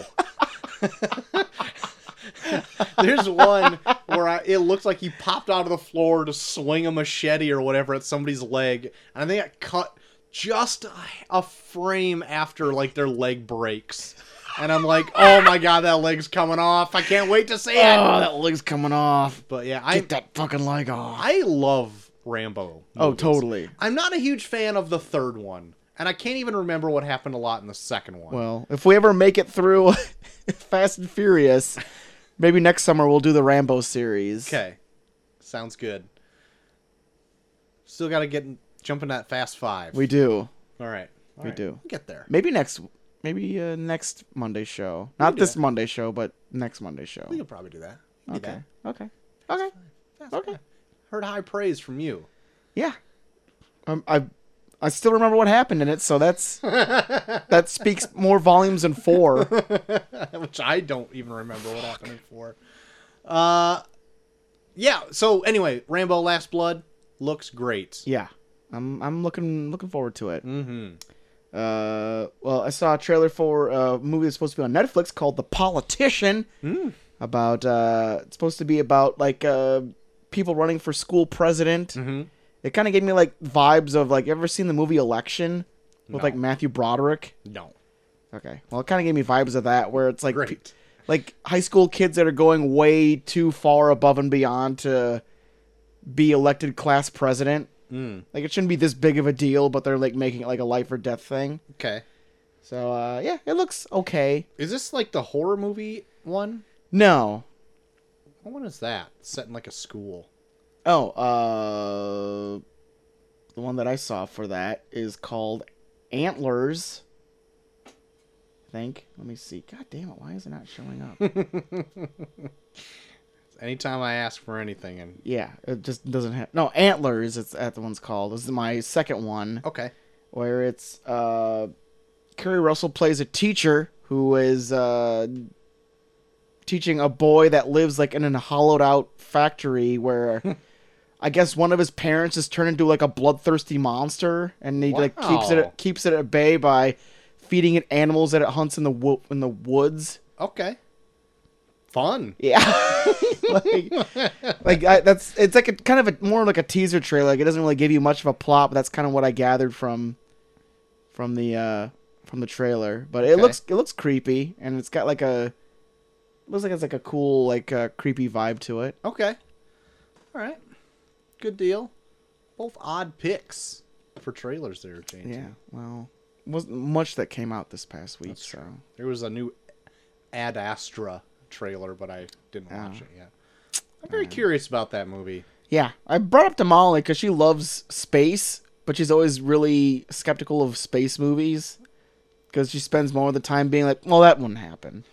There's one where I, it looked like he popped out of the floor to swing a machete or whatever at somebody's leg, and they got cut just a, a frame after like their leg breaks. And I'm like, oh my god, that leg's coming off! I can't wait to see it. Oh, that leg's coming off. But yeah, Get I that fucking leg off. I love Rambo. Oh, movies. totally. I'm not a huge fan of the third one, and I can't even remember what happened a lot in the second one. Well, if we ever make it through Fast and Furious, maybe next summer we'll do the Rambo series. okay, sounds good. Still got to get jump in that fast five. We do. all right, all we right. do. We'll get there. Maybe next maybe uh, next Monday show. Not do this that. Monday show, but next Monday show. We can probably do that. We can do Okay. Okay. Okay. that. Fast Okay. five. Heard high praise from you. Yeah. Um, I I still remember what happened in it, so that's that speaks more volumes than four. which I don't even remember what happened in four. Uh, yeah. So anyway, Rambo: Last Blood looks great. Yeah. I'm I'm looking looking forward to it. Mm-hmm. Uh, well, I saw a trailer for a movie that's supposed to be on Netflix called The Politician. About uh, it's supposed to be about like uh, people running for school president. Mhm. It kind of gave me like vibes of like you ever seen the movie Election with like Matthew Broderick. No. Okay. Well, it kind of gave me vibes of that, where it's like, Great. pe- like high school kids that are going way too far above and beyond to be elected class president. Mm. Like it shouldn't be this big of a deal, but they're like making it like a life or death thing. Okay. So uh, yeah, it looks okay. Is this like the horror movie one? No. What one is that? Set in like a school. Oh, uh, the one that I saw for that is called Antlers. I think. Let me see. God damn it! Why is it not showing up? Anytime I ask for anything, and yeah, it just doesn't have. No, Oh. Antlers. It's that the one's called. This is my second one. okay, where it's uh Kerry Russell plays a teacher who is uh, teaching a boy that lives like in a hollowed out factory where I guess one of his parents is turned into like a bloodthirsty monster, and he like keeps it Wow. at, keeps it at bay by feeding it animals that it hunts in the wo- in the woods. Okay. Fun. Yeah, like, like I, that's it's like a kind of a more like a teaser trailer. Like it doesn't really give you much of a plot, but that's kind of what I gathered from from the uh from the trailer. But it Okay. looks it looks creepy, and it's got like a looks like it's like a cool like uh, creepy vibe to it. Okay. All right. Good deal. Both odd picks for trailers there, James. Yeah, well, wasn't much that came out this past week, so There was a new Ad Astra trailer, but I didn't watch Oh. Uh. it yet. I'm very curious about that movie. yeah. I brought up to Molly because she loves space, but she's always really skeptical of space movies. Because she spends more of the time being like, "Well, that wouldn't happen."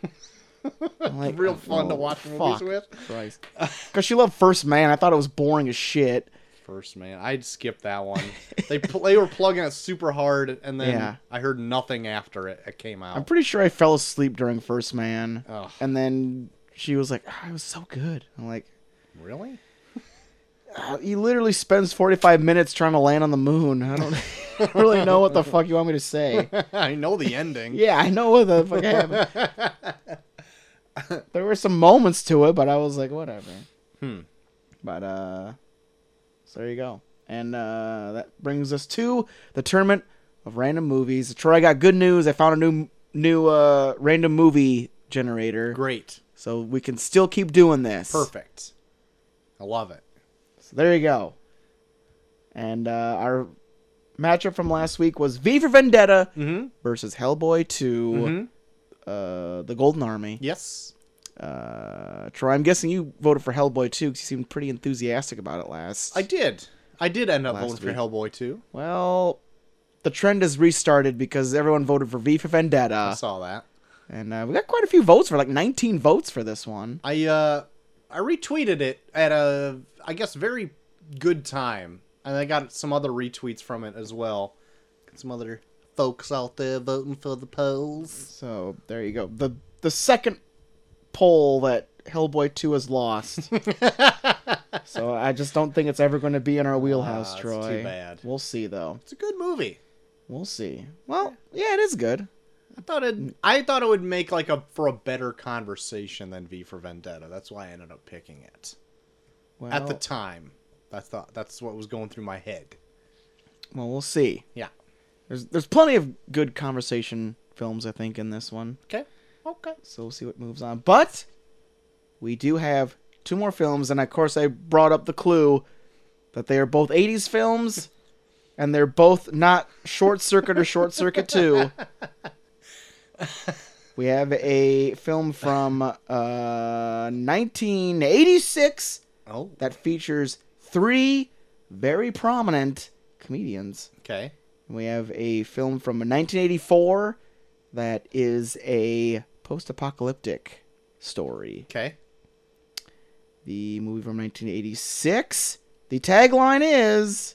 I'm like, Real fun to "Oh, watch movies fuck with. Christ. Because she loved First Man. I thought it was boring as shit. First man, I'd skip that one. they pl- they were plugging it super hard, and then Yeah. I heard nothing after it, it came out. I'm pretty sure I fell asleep during First Man, Ugh. and then she was like, "Ah, "It was so good." I'm like, really? "Ah, "He literally spends 45 minutes trying to land on the moon. I don't I don't really know what the fuck you want me to say." I know the ending. Yeah, I know what the fuck happened. there were some moments to it, but I was like, whatever. Hmm. But uh, so there you go. And uh, that brings us to the tournament of random movies. Troy, I got good news. I found a new new uh random movie generator, Great. so we can still keep doing this. Perfect. I love it. So there you go. And uh, our matchup from last week was V for Vendetta Mm-hmm. versus Hellboy 2 Mhm. uh, the Golden Army. Yes. Uh, Troy, I'm guessing you voted for Hellboy too, because you seemed pretty enthusiastic about it last. I did. I did end up Last voting week. for Hellboy 2. Well, the trend has restarted because everyone voted for V for I Vendetta, saw that. and uh, we got quite a few votes for like 19 votes for this one. I uh I retweeted it at a I guess very good time. And I got some other retweets from it as well. Got some other folks out there voting for the polls. So there you go. the The second poll that Hellboy two has lost. so I just don't think it's ever going to be in our wheelhouse, Ah, it's Troy. too bad. We'll see though. It's a good movie. We'll see. Well, yeah, it is good. I thought it I thought it would make like a for a better conversation than V for Vendetta. That's why I ended up picking it. Well, At the time. I thought that's what was going through my head. well, we'll see. Yeah. There's there's plenty of good conversation films I think in this one. Okay. Okay. So we'll see what moves on. But we do have two more films, and of course I brought up the clue that they are both '80s films, and they're both not Short Circuit or Short Circuit Two. We have a film from uh, 1986 Oh, that features three very prominent comedians. okay. We have a film from 1984 that is a post apocalyptic story. Okay. The movie from 1986. The tagline is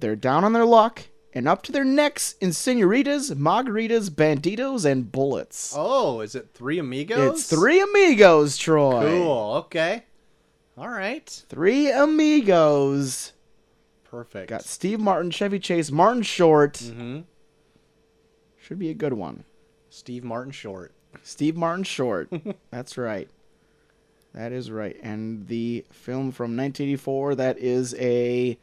They're down on their luck and up to their necks in senoritas, margaritas, banditos, and bullets. Oh, is it Three Amigos? it's Three Amigos, Troy. Cool. Okay. All right. Three Amigos. Perfect. Got Steve Martin, Chevy Chase, Martin Short. hmm Should be a good one. Steve Martin short. Steve Martin Short. That's right. That is right. And the film from 1984 that is a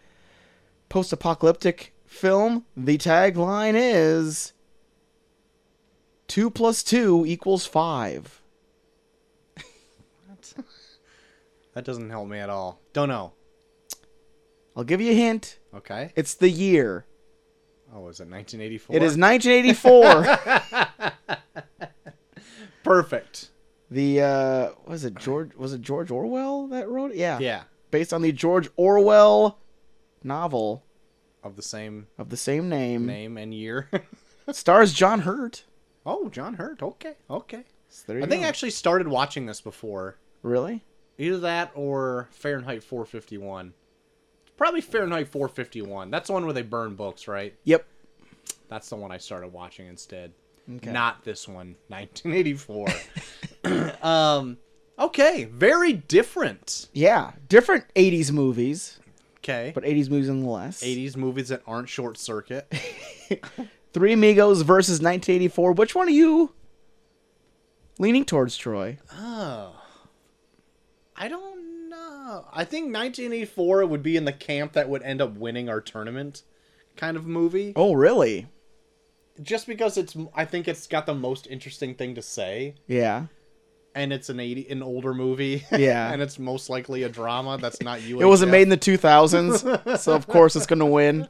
post apocalyptic film. The tagline is 2 plus 2 equals 5. That doesn't help me at all. Don't know. I'll give you a hint. Okay. It's the year. Oh, is it 1984? It is 1984. perfect. the uh was it George was it George Orwell that wrote it? Yeah. Yeah. Based on the George Orwell novel Of the same of the same name. name and year. Stars John Hurt. oh, John Hurt. Okay. Okay. So there I you think I go. actually started watching this before. Really? Either that or Fahrenheit 451. It's Probably Fahrenheit 451. That's the one where they burn books, right? Yep. That's the one I started watching instead. Not this one, 1984. um, okay, very different. Yeah. Different 80s movies, Okay, but 80s movies nonetheless. 80s movies that aren't short circuit. Three Amigos versus 1984. Which one are you leaning towards, Troy? I don't know. I think 1984 would be in the camp that would end up winning our tournament kind of movie. Oh, really? Just because it's, I think it's got the most interesting thing to say. Yeah. and it's an 80 an older movie Yeah. and it's most likely a drama that's not you It wasn't made in the 2000s, so of course it's going to win.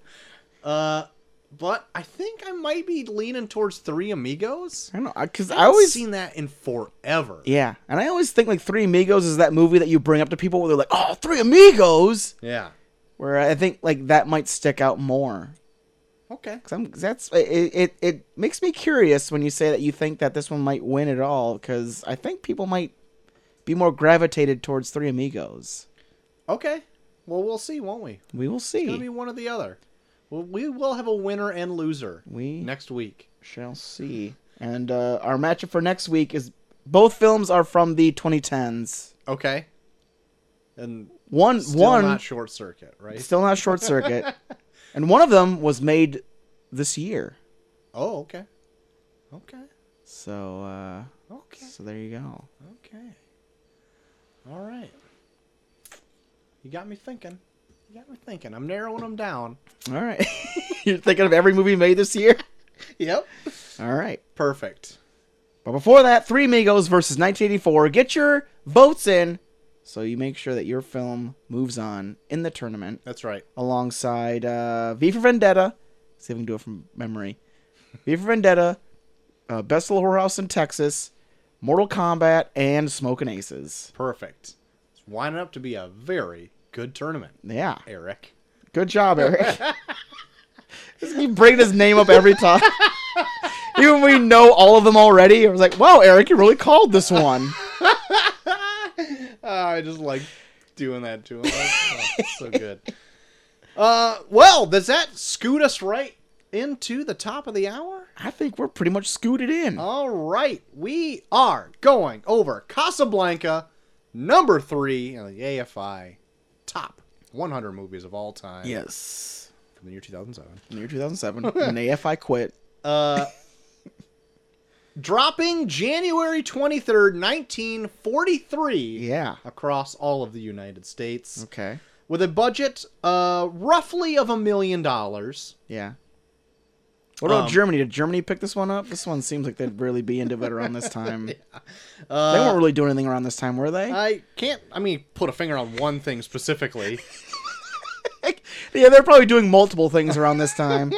but i think i might be leaning towards three amigos I don't know, because i I always always. seen that in forever Yeah, and I always think like Three Amigos is that movie that you bring up to people where they're like, "Oh, Three Amigos," yeah where I think like that might stick out more. okay 'Cause I'm- 'cause that's it, it. It makes me curious when you say that you think that this one might win at all, because I think people might be more gravitated towards Three Amigos. okay well we'll see won't we We will it'll be see. one or the other well, we will have a winner and loser We- next week Shall see. And uh, our matchup for next week is both films are from the 2010s. okay and One still one not short circuit right still not short circuit, and one of them was made this year. oh okay okay So uh okay so there you go. Okay. All right. You got me thinking. You got me thinking. I'm narrowing them down. All right. You're thinking of every movie made this year? Yep. All right. Perfect. But before that, Three Amigos versus 1984. Get your votes in so you make sure that your film moves on in the tournament That's right. alongside uh, V for Vendetta. See if we can do it from memory. V for Vendetta, uh, Best Little Whorehouse in Texas, Mortal Kombat, and Smoking Aces. Perfect. It's winding up to be a very good tournament, Yeah. Eric. Good job, Eric. Just keep bringing his name up every time. Even when we know all of them already. I was like, wow, Eric, you really called this one. Ah, I just like doing that to him. That's- oh, so good. Uh, well, does that scoot us right into the top of the hour? I think we're pretty much scooted in. All right, we are going over Casablanca, number three in the AFI top 100 movies of all time. yes. From the year 2007. In the year 2007, when AFI quit. Dropping January 23rd, 1943. Yeah. Across all of the United States. Okay. With a budget uh, roughly of a million dollars. Yeah. What about Um, Germany? Did Germany pick this one up? This one seems like they'd really be into it around this time. they Uh, weren't really doing anything around this time, were they? I can't, I mean, put a finger on one thing specifically. yeah, they're probably doing multiple things around this time.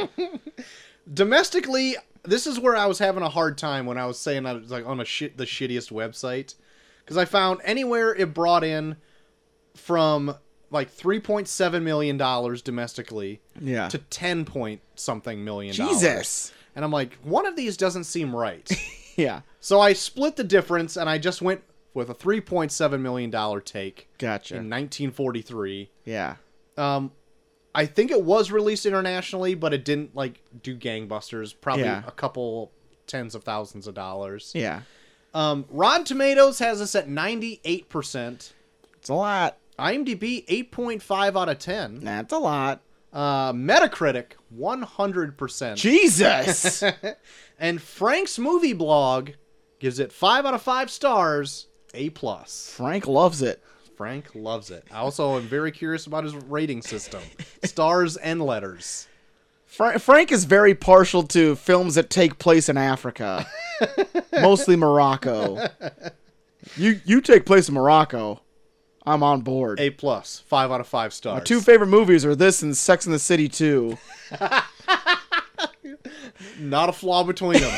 domestically this is where i was having a hard time when i was saying i was like on a shit the shittiest website because i found anywhere it brought in from like 3.7 million dollars domestically Yeah. to 10 point something million dollars. Jesus. and i'm like one of these doesn't seem right Yeah. so i split the difference and i just went with a 3.7 million dollar take Gotcha. in 1943 yeah. um, I think it was released internationally, but it didn't like do gangbusters. Probably Yeah. a couple tens of thousands of dollars. Yeah. Um, Rotten Tomatoes has us at ninety eight percent. It's a lot. IMDb eight point five out of ten. That's a lot. Uh, Metacritic one hundred percent. Jesus. And Frank's Movie Blog gives it five out of five stars. A plus. Frank loves it. Frank loves it. I also am very curious about his rating system. Stars and letters. Fra- Frank is very partial to films that take place in Africa, mostly Morocco. You you take place in Morocco, I'm on board. A plus. Five out of five stars. My two favorite movies are this and Sex and the City 2. Not a flaw between them.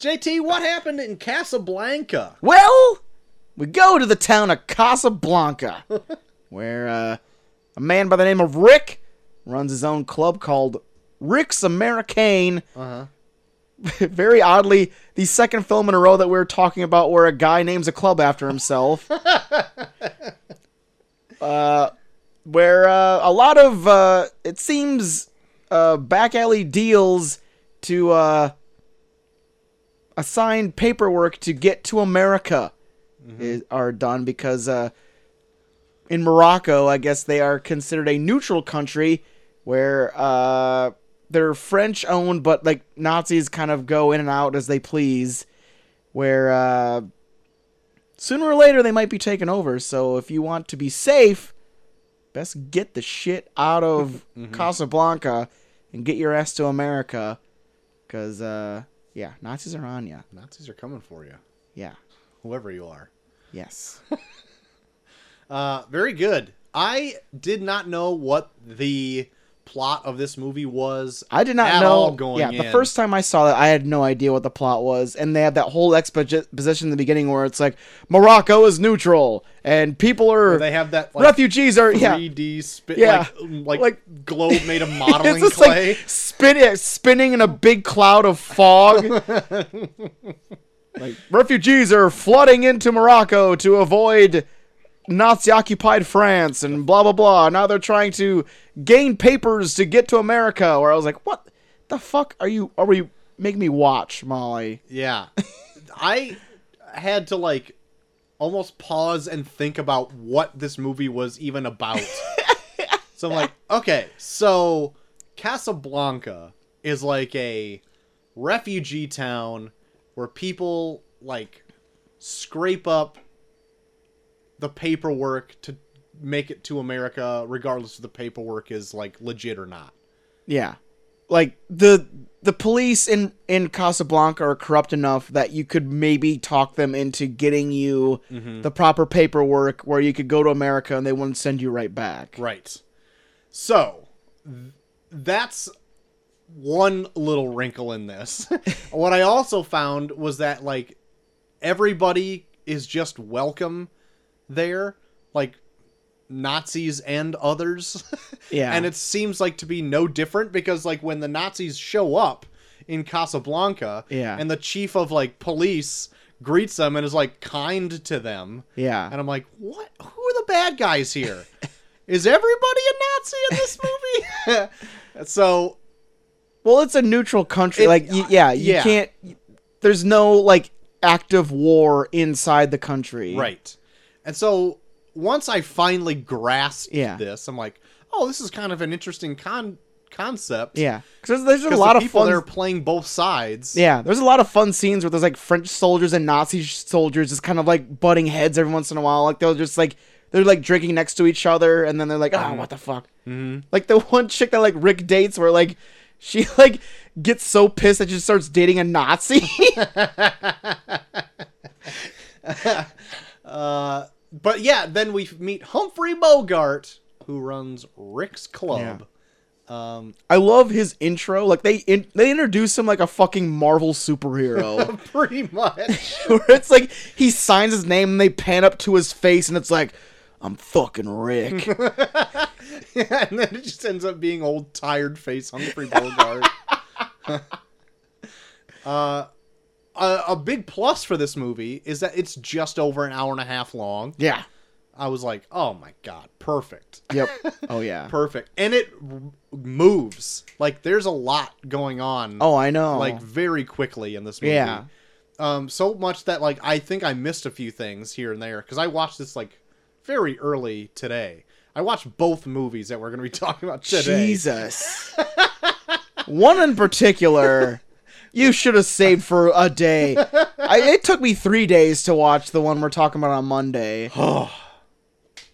JT, what happened in Casablanca? Well, we go to the town of Casablanca, where uh, a man by the name of Rick runs his own club called Rick's Americane. Uh-huh. Very oddly, the second film in a row that we were talking about where a guy names a club after himself. uh, where uh, a lot of uh, it seems uh, back alley deals to uh, assign paperwork to get to America is, are done because uh, in Morocco, I guess they are considered a neutral country where uh, they're French owned, but like Nazis kind of go in and out as they please. Where uh, sooner or later they might be taken over. So if you want to be safe, best get the shit out of Casablanca and get your ass to America. Because, uh, yeah, Nazis are on ya. Nazis are coming for you, Yeah. whoever you are. Yes. Uh, very good. I did not know what the plot of this movie was. I did not at know. all going yeah, the in. first time I saw that, I had no idea what the plot was, and they have that whole exposition in the beginning where it's like Morocco is neutral and people are Where they have that like, refugees are yeah. 3D spit Yeah. like, like Like- globe made of It's modeling just clay. like spin, spinning in a big cloud of fog. like refugees are flooding into Morocco to avoid Nazi-occupied France and blah blah blah. Now they're trying to gain papers to get to America. Where I was like, what the fuck are you? Are we making me watch Molly? Yeah. I had to like almost pause and think about what this movie was even about. so I'm like, okay, so Casablanca is like a refugee town where people like scrape up the paperwork to make it to America regardless if the paperwork is like legit or not. Yeah, like the the police in in Casablanca are corrupt enough that you could maybe talk them into getting you Mm-hmm. the proper paperwork where you could go to America and they wouldn't send you right back. Right. So th- that's one little wrinkle in this. what I also found was that like everybody is just welcome there, like Nazis and others. Yeah. and it seems like to be no different because like when the Nazis show up in Casablanca Yeah. and the chief of like police greets them and is like kind to them. Yeah. And I'm like, what? Who are the bad guys here? is everybody a Nazi in this movie? so Well, it's a neutral country. It- like, y- yeah, you yeah. can't. There's no like active war inside the country. right. And so once I finally grasped Yeah. this, I'm like, oh, this is kind of an interesting con concept. Yeah. Because there's, there's a Because lot the of people fun. there are playing both sides. Yeah, there's a lot of fun scenes where there's like French soldiers and Nazi sh- soldiers just kind of like butting heads every once in a while. Like they'll just like they're like drinking next to each other, and then they're like, "Oh, what the fuck!" Mm-hmm. Like the one chick that like Rick dates, where like she like gets so pissed that she starts dating a Nazi. Uh, But yeah, then we meet Humphrey Bogart, who runs Rick's Club. I love his intro. Like they in- they introduce him like a fucking Marvel superhero. Pretty much. where it's like he signs his name and they pan up to his face and it's like, I'm fucking Rick. Yeah, and then it just ends up being old tired face Humphrey Bogart. uh, a, a big plus for this movie is that it's just over an hour and a half long. yeah. I was like, oh my god, perfect, Yep. Oh yeah. perfect, and it r- moves. Like there's a lot going on. Oh, I know. like very quickly in this movie. yeah. Um, so much that like I think I missed a few things here and there because I watched this like very early today. I watched both movies that we're going to be talking about today. Jesus. One in particular, you should have saved for a day. I, it took me three days to watch the one we're talking about on Monday.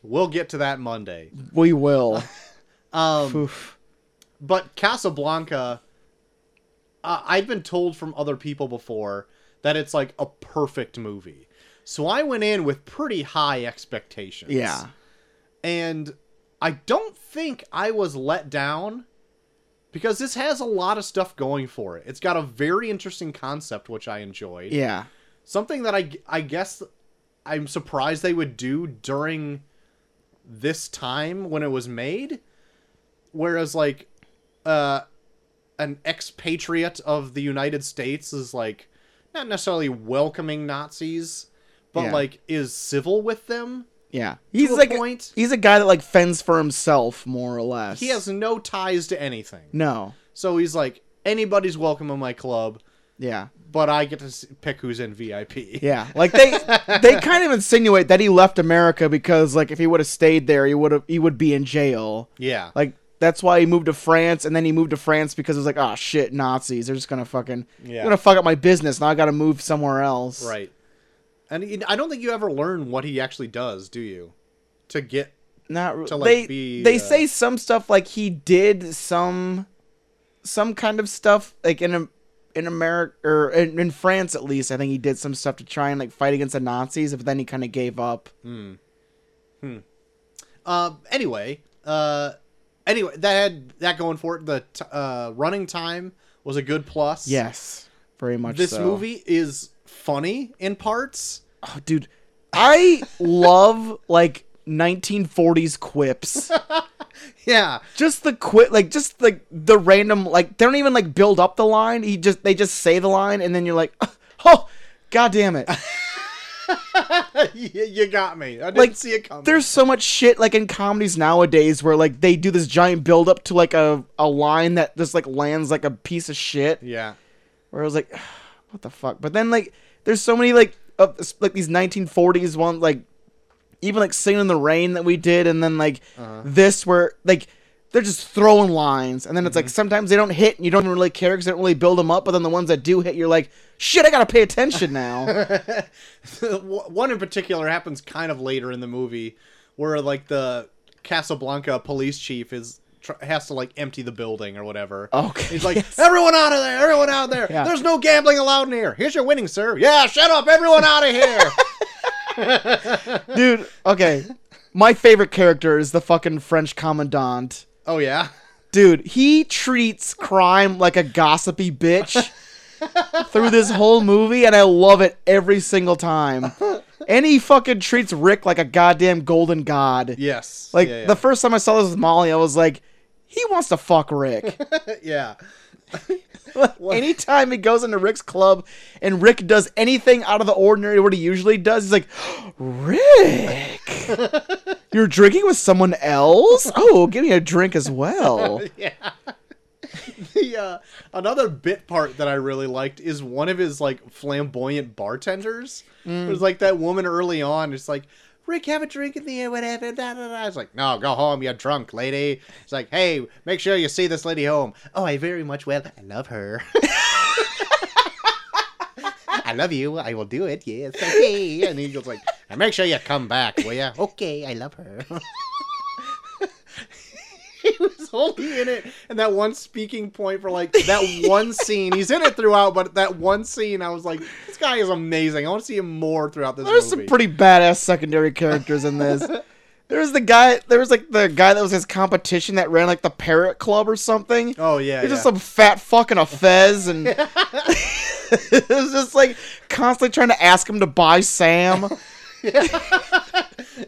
We'll get to that Monday. We will. Um, Oof. but Casablanca, uh, I've been told from other people before that it's like a perfect movie. So I went in with pretty high expectations. Yeah. And I don't think I was let down because this has a lot of stuff going for it. It's got a very interesting concept, which I enjoyed. Yeah. something that I, I guess I'm surprised they would do during this time when it was made. Whereas, like, uh, an expatriate of the United States is like not necessarily welcoming Nazis, but Yeah. like is civil with them. Yeah, he's a like a- point. he's a guy that like fends for himself more or less. He has no ties to anything. no. So he's like, anybody's welcome in my club, Yeah, but I get to s- pick who's in VIP. yeah. Like they they kind of insinuate that he left America because like if he would have stayed there, he would have he would be in jail. Yeah. Like that's why he moved to France, and then he moved to France because it was like, oh shit, Nazis. They're just gonna fucking Yeah. yeah. gonna fuck up my business. Now I gotta move somewhere else. right. And he, I don't think you ever learn what he actually does, do you? To get Not really. To, like, they be, they uh, say some stuff like he did some some kind of stuff like in a. In America or in, in France, at least, I think he did some stuff to try and like fight against the Nazis, but then he kind of gave up. Mm. Um. Anyway. Uh. Anyway, that had that going for it. The t- uh, running time was a good plus. Yes, very much. This so. movie is funny in parts. Oh, dude, I love like 1940s quips. Yeah. just the quit, like just like the random, like they don't even like build up the line. He just they just say the line, and then you're like, oh, god damn it! you, you got me. I didn't Like see it coming. there's so much shit like in comedies nowadays where like they do this giant build up to like a a line that just like lands like a piece of shit. Yeah. where I was like, what the fuck? But then like, there's so many like of like these 1940s one like even like singing in the rain that we did, and then like this where like they're just throwing lines, and then it's like sometimes they don't hit, and you don't even really care because they don't really build them up. But then the ones that do hit, you're like, shit, I gotta pay attention now. One in particular happens kind of later in the movie, where like the Casablanca police chief is tr- has to like empty the building or whatever. Okay, He's like, yes. everyone out of there! Everyone out of there! Yeah. There's no gambling allowed in here. Here's your winning, sir. Yeah, shut up! Everyone out of here! dude. Okay, my favorite character is the fucking French commandant. oh yeah. Dude, he treats crime like a gossipy bitch through this whole movie, and I love it every single time. And he fucking treats Rick like a goddamn golden god. Yes. Like yeah, yeah. the first time I saw this with Molly, I was like, he wants to fuck Rick. yeah. Anytime he goes into Rick's club and Rick does anything out of the ordinary what he usually does, he's like, Rick, you're drinking with someone else? Oh, give me a drink as well. Yeah. the uh, another bit part that I really liked is one of his like flamboyant bartenders. It was like that woman early on. It's like. Rick, have a drink in the air, whatever. Da, da, da. It's like, no, go home. You're drunk, lady. It's like, hey, make sure you see this lady home. Oh, I very much will. I love her. I love you. I will do it. Yes. Okay. And he goes like, and make sure you come back, will ya? Okay. I love her. he was only in it, and that one speaking point for like that one scene. He's in it throughout, but that one scene, I was like, this guy is amazing. I want to see him more throughout this There's movie. some pretty badass secondary characters in this. there was the guy. There was like the guy that was his competition that ran like the parrot club or something. oh yeah. He's yeah. just some fat fucking a fez, and it was just like constantly trying to ask him to buy Sam.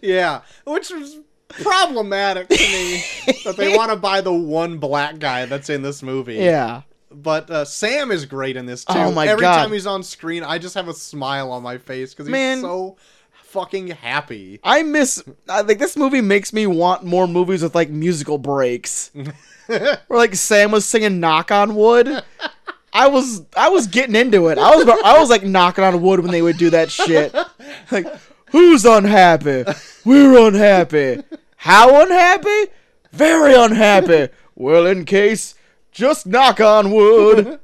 Yeah, which was problematic to me that they want to buy the one black guy that's in this movie. Yeah, but uh, Sam is great in this too. Oh my Every God. time he's on screen, I just have a smile on my face because he's Man. so fucking happy. I miss. I like this movie makes me want more movies with like musical breaks, where like Sam was singing "Knock on Wood." I was I was getting into it. I was I was like knocking on wood when they would do that shit. Like, who's unhappy? We're unhappy. How unhappy? Very unhappy. Well, in case, just knock on wood.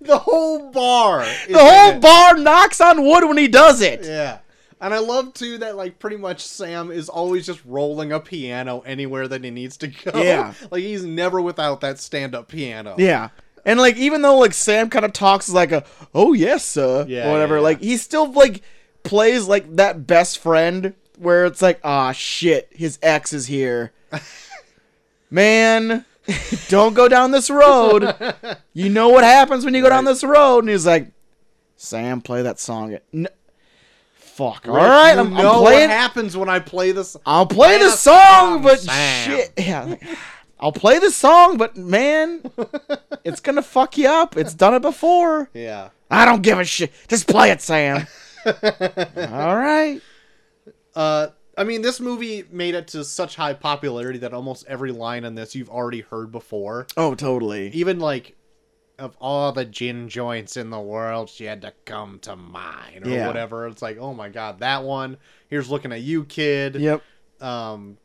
The whole bar. is in The whole it. bar knocks on wood when he does it. Yeah. And I love too that like pretty much Sam is always just rolling a piano anywhere that he needs to go. Yeah. Like he's never without that stand up piano. Yeah. And like even though like Sam kind of talks like a oh yes sir Yeah, or whatever, yeah, yeah. like he still like plays like that best friend where it's like ah shit his ex is here, man, don't go down this road. You know what happens when you go down this road? And he's like, Sam, play that song. N- Fuck. All right, You I'm, I'm know what playing. happens when I play this. I'll play Play the the song, song, but Sam. shit. Yeah. like, I'll play the song, but man, it's gonna fuck you up. It's done it before. Yeah. I don't give a shit. Just play it, Sam. All right. Uh, I mean, this movie made it to such high popularity that almost every line in this you've already heard before. Oh, totally. Even like, of all the gin joints in the world, she had to come to mine or Yeah. whatever. It's like, oh my god, that one. Here's looking at you, kid. Yep. Um,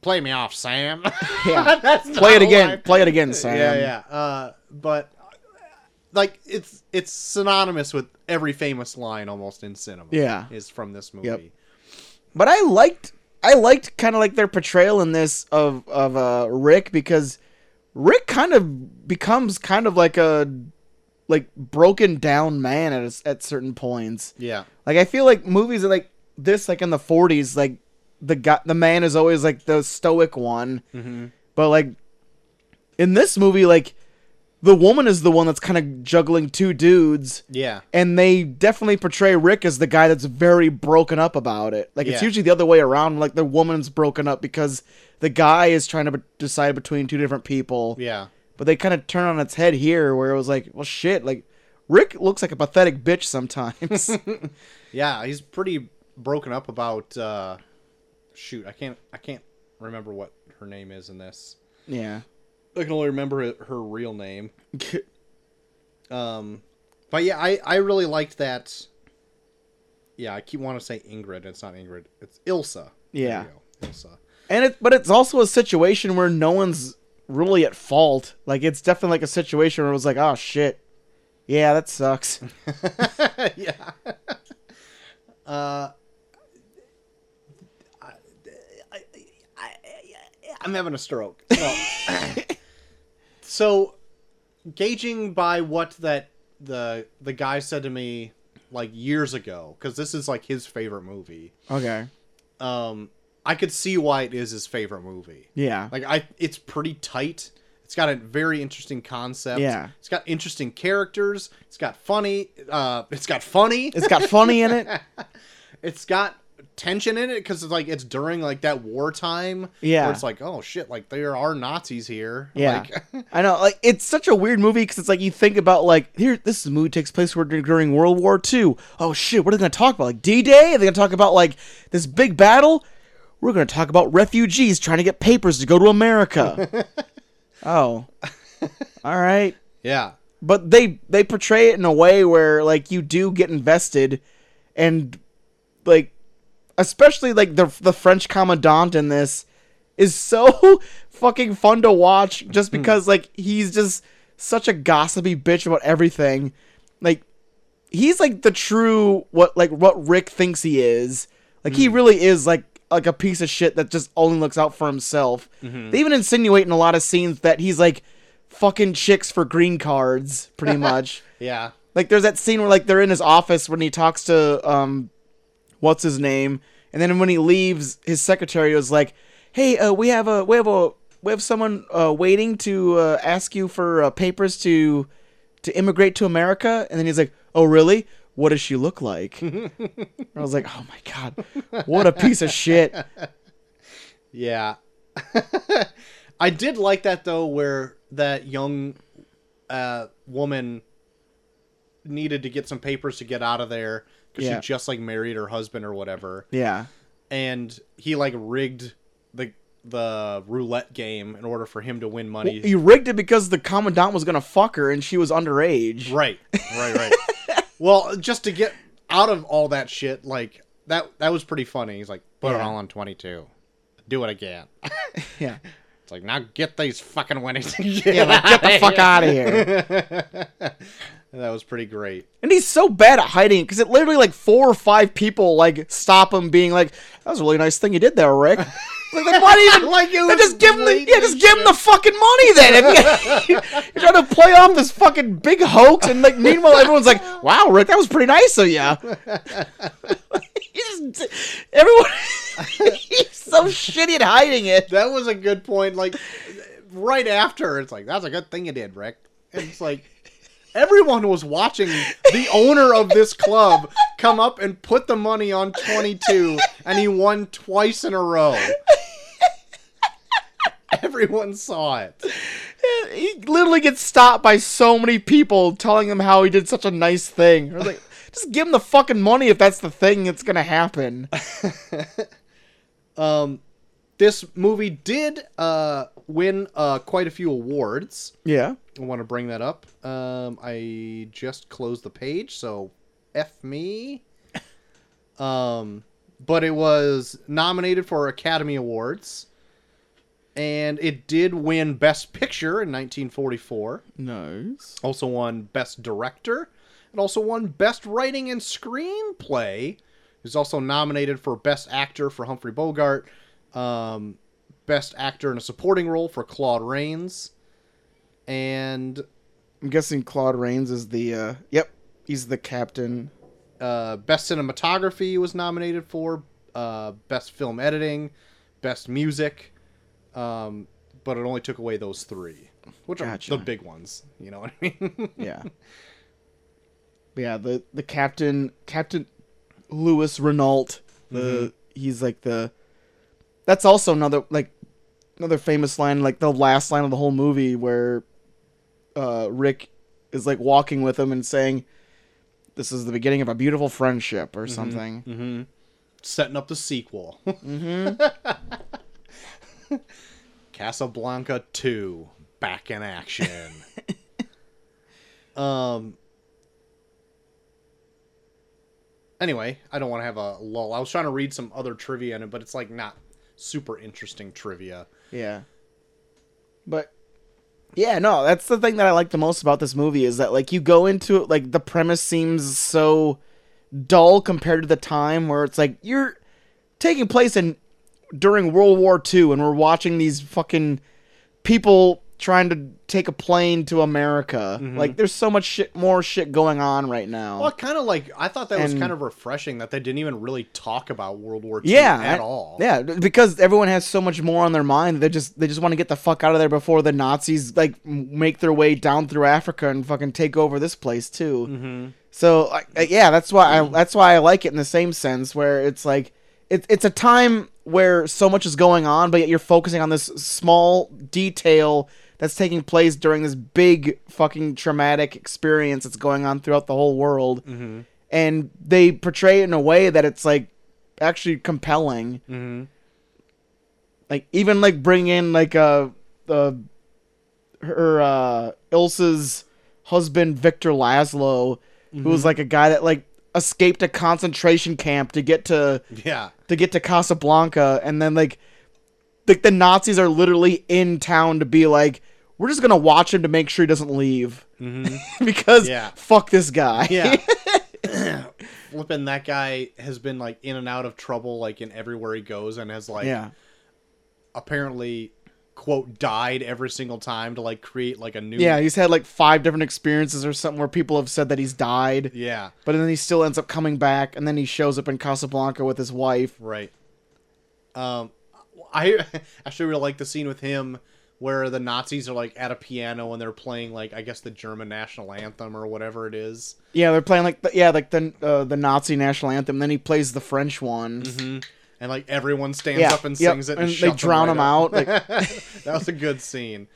play me off, Sam. Yeah. That's not Play it a again. line. Play it again, Sam. Yeah, yeah. Uh, but like it's it's synonymous with every famous line almost in cinema. Yeah. is from this movie. Yep. But I liked I liked kind of like their portrayal in this of of uh, Rick because Rick kind of becomes kind of like a like broken down man at a s at certain points. Yeah. Like I feel like movies are like this like in the 40s like the guy the man is always like the stoic one. Mm-hmm. But like in this movie like the woman is the one that's kind of juggling two dudes Yeah. and they definitely portray Rick as the guy that's very broken up about it. Like it's Yeah. usually the other way around. Like the woman's broken up because the guy is trying to be- decide between two different people. Yeah. But they kind of turn on its head here, where it was like, well, shit. Like Rick looks like a pathetic bitch sometimes. Yeah. He's pretty broken up about uh shoot, I can't I can't remember what her name is in this. yeah. I can only remember her- her real name. Um but yeah, I I really liked that Yeah, I keep wanting to say Ingrid. It's not Ingrid. It's Ilsa. There Yeah. you go, Ilsa. And it, but it's also a situation where no one's really at fault. Like it's definitely like a situation where it was like, oh shit, yeah, that sucks. yeah. uh, I, am having a stroke. No. so, gauging by what that the the guy said to me like years ago, because this is like his favorite movie. okay. Um, I could see why it is his favorite movie. Yeah. Like I, it's pretty tight. It's got a very interesting concept. Yeah. It's got interesting characters. It's got funny. Uh, it's got funny. it's got funny in it. it's got tension in it because it's like it's during like that wartime. Yeah. Where it's like oh shit, like there are Nazis here. Yeah, Like, I know. Like it's such a weird movie because it's like you think about like here, this movie takes place where- during World War II. Oh shit, what are they gonna talk about? Like D Day? Are they gonna talk about like this big battle? We're gonna talk about refugees trying to get papers to go to America. oh, all right. yeah. But they they portray it in a way where like you do get invested, and like especially like the the French commandant in this is so fucking fun to watch just because like he's just such a gossipy bitch about everything. Like he's like the true what like what Rick thinks he is. Like he really is like like a piece of shit that just only looks out for himself. They even insinuate in a lot of scenes that he's like fucking chicks for green cards pretty much. Yeah. Like there's that scene where like they're in his office when he talks to um what's his name and then when he leaves his secretary was like, "Hey, uh, we have a we have a we have someone uh, waiting to uh, ask you for uh, papers to to immigrate to America." And then he's like, "Oh, really? What does she look like?" And I was like, "Oh my god. What a piece of shit." Yeah. I did like that though, where that young uh, woman needed to get some papers to get out of there because Yeah. she just like married her husband or whatever, Yeah. and he like rigged the the roulette game in order for him to win money. He rigged it because the commandant was going to fuck her and she was underage. Right, right, right. well, just to get out of all that shit, like that that was pretty funny. He's like, put it Yeah. all on twenty two. Do it again. Yeah. It's like now get these fucking winnings. Yeah, like, get the fuck out of here. That was pretty great. And he's so bad at hiding because it literally like four or five people like stop him being like, "That was a really nice thing you did there, Rick." like, like why do you even Like, it then was just give him the blatant yeah, just give him the fucking money then. If you, are trying to play off this fucking big hoax, and like meanwhile everyone's like, "Wow, Rick, that was pretty nice of you." He just- everyone, he's so shitty at hiding it. That was a good point. Like right after, it's like that's a good thing you did, Rick. And it's like everyone was watching the owner of this club come up and put the money on twenty two, and he won twice in a row. Everyone saw it. he literally gets stopped by so many people telling him how he did such a nice thing. I was like, Just give him the fucking money if that's the thing that's gonna happen. Um, this movie did uh, win uh, quite a few awards. Yeah. I want to bring that up. Um, I just closed the page, so f me. Um, but it was nominated for Academy Awards, and it did win Best Picture in 1944. Nice. Also won Best Director. It also won Best Writing and Screenplay. It was also nominated for Best Actor for Humphrey Bogart, um, Best Actor in a Supporting Role for Claude Rains, and I'm guessing Claude Rains is the. uh Yep, he's the captain. uh, Best Cinematography was nominated for, uh, Best Film Editing, Best Music, um, but it only took away those three, which Gotcha. are the big ones. You know what I mean? Yeah. yeah. The the captain Captain Louis Renault. The he's like the. That's also another like another famous line, like the last line of the whole movie, where uh, Rick is like walking with him and saying, "This is the beginning of a beautiful friendship" or something. setting up the sequel. Mm-hmm. Casablanca 2 back in action. um Anyway, I don't want to have a lull. I was trying to read some other trivia in it, but it's like not super interesting trivia. Yeah. But yeah, no, that's the thing that I like the most about this movie is that like you go into it like the premise seems so dull compared to the time where it's like you're taking place in during World War II and we're watching these fucking people trying to take a plane to America. Like there's so much shit more shit going on right now. Well, kind of like I thought that was And- kind of refreshing that they didn't even really talk about World War II yeah, at I- all. Yeah, b- because everyone has so much more on their mind. They just they just want to get the fuck out of there before the Nazis like m- make their way down through Africa and fucking take over this place too. Mm-hmm. So I- I- yeah, that's why I, that's why I like it in the same sense where it's like it, it's a time where so much is going on, but yet you're focusing on this small detail that's taking place during this big fucking traumatic experience that's going on throughout the whole world. Mm-hmm. And they portray it in a way that it's like actually compelling Mm-hmm. like even like bring in like uh uh her uh Ilsa's husband Victor Laszlo who Mm-hmm. was like a guy that like escaped a concentration camp to get to Yeah. to get to Casablanca and then like like the Nazis are literally in town to be like we're just gonna watch him to make sure he doesn't leave because Mm-hmm. Yeah. fuck this guy Yeah. Flipping that guy has been like in and out of trouble like in everywhere he goes and has like yeah apparently quote died every single time to like create like a new yeah he's had like five different experiences or something where people have said that he's died yeah But then he still ends up coming back, and then he shows up in Casablanca with his wife. right um I actually really like the scene with him where the Nazis are like at a piano and they're playing like I guess the German national anthem or whatever it is Yeah, they're playing like the, yeah, like the uh, the Nazi national anthem. Then he plays the French one. Mm-hmm. and like everyone stands Mm-hmm. Yeah, up and yep, sings it and and, they shuts drown right him up. out, like- that was a good scene.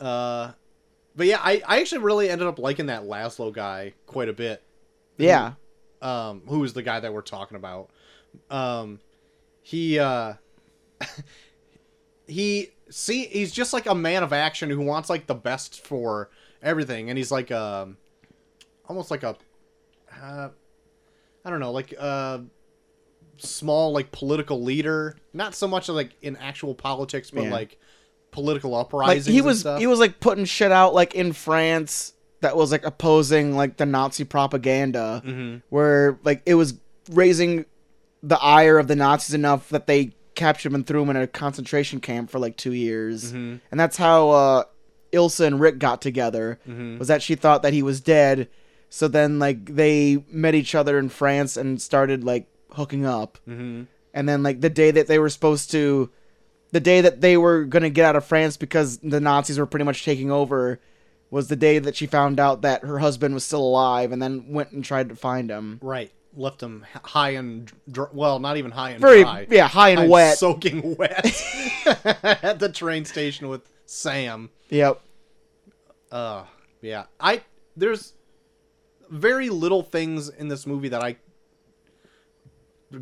Uh, but yeah, I, I actually really ended up liking that Laszlo guy quite a bit. Yeah, Um, who is the guy that we're talking about? Um, he uh, he see he's just like a man of action who wants like the best for everything, and he's like um, almost like a uh, I don't know, like uh, small like political leader, not so much like in actual politics, but Yeah. like political like uprisings. he was and stuff. he was like putting shit out like in France that was like opposing like the Nazi propaganda, Mm-hmm. where like it was raising the ire of the Nazis enough that they captured him and threw him in a concentration camp for like two years, Mm-hmm. and that's how uh, Ilsa and Rick got together. Mm-hmm. Was that she thought that he was dead, so then like they met each other in France and started like hooking up, mm-hmm. and then like the day that they were supposed to, the day that they were gonna get out of France because the Nazis were pretty much taking over. Was the day that she found out that her husband was still alive, and then went and tried to find him. right left him h- high and dr- well, not even high and Very dry. yeah, high and I'm wet. soaking wet at the train station with Sam. Yep. Uh, yeah. I there's very little things in this movie that I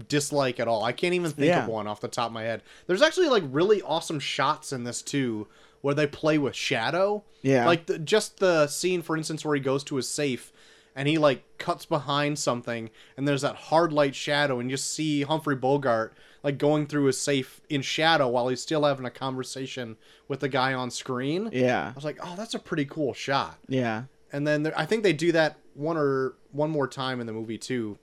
dislike at all. I can't even think Yeah. of one off the top of my head. There's actually like really awesome shots in this too, where they play with shadow. Yeah. Like the, just the scene, for instance, where he goes to his safe and he like cuts behind something, and there's that hard light shadow, and you see Humphrey Bogart like going through his safe in shadow while he's still having a conversation with the guy on screen. Yeah. I was like, oh, that's a pretty cool shot. Yeah. And then there, I think they do that one or one more time in the movie too.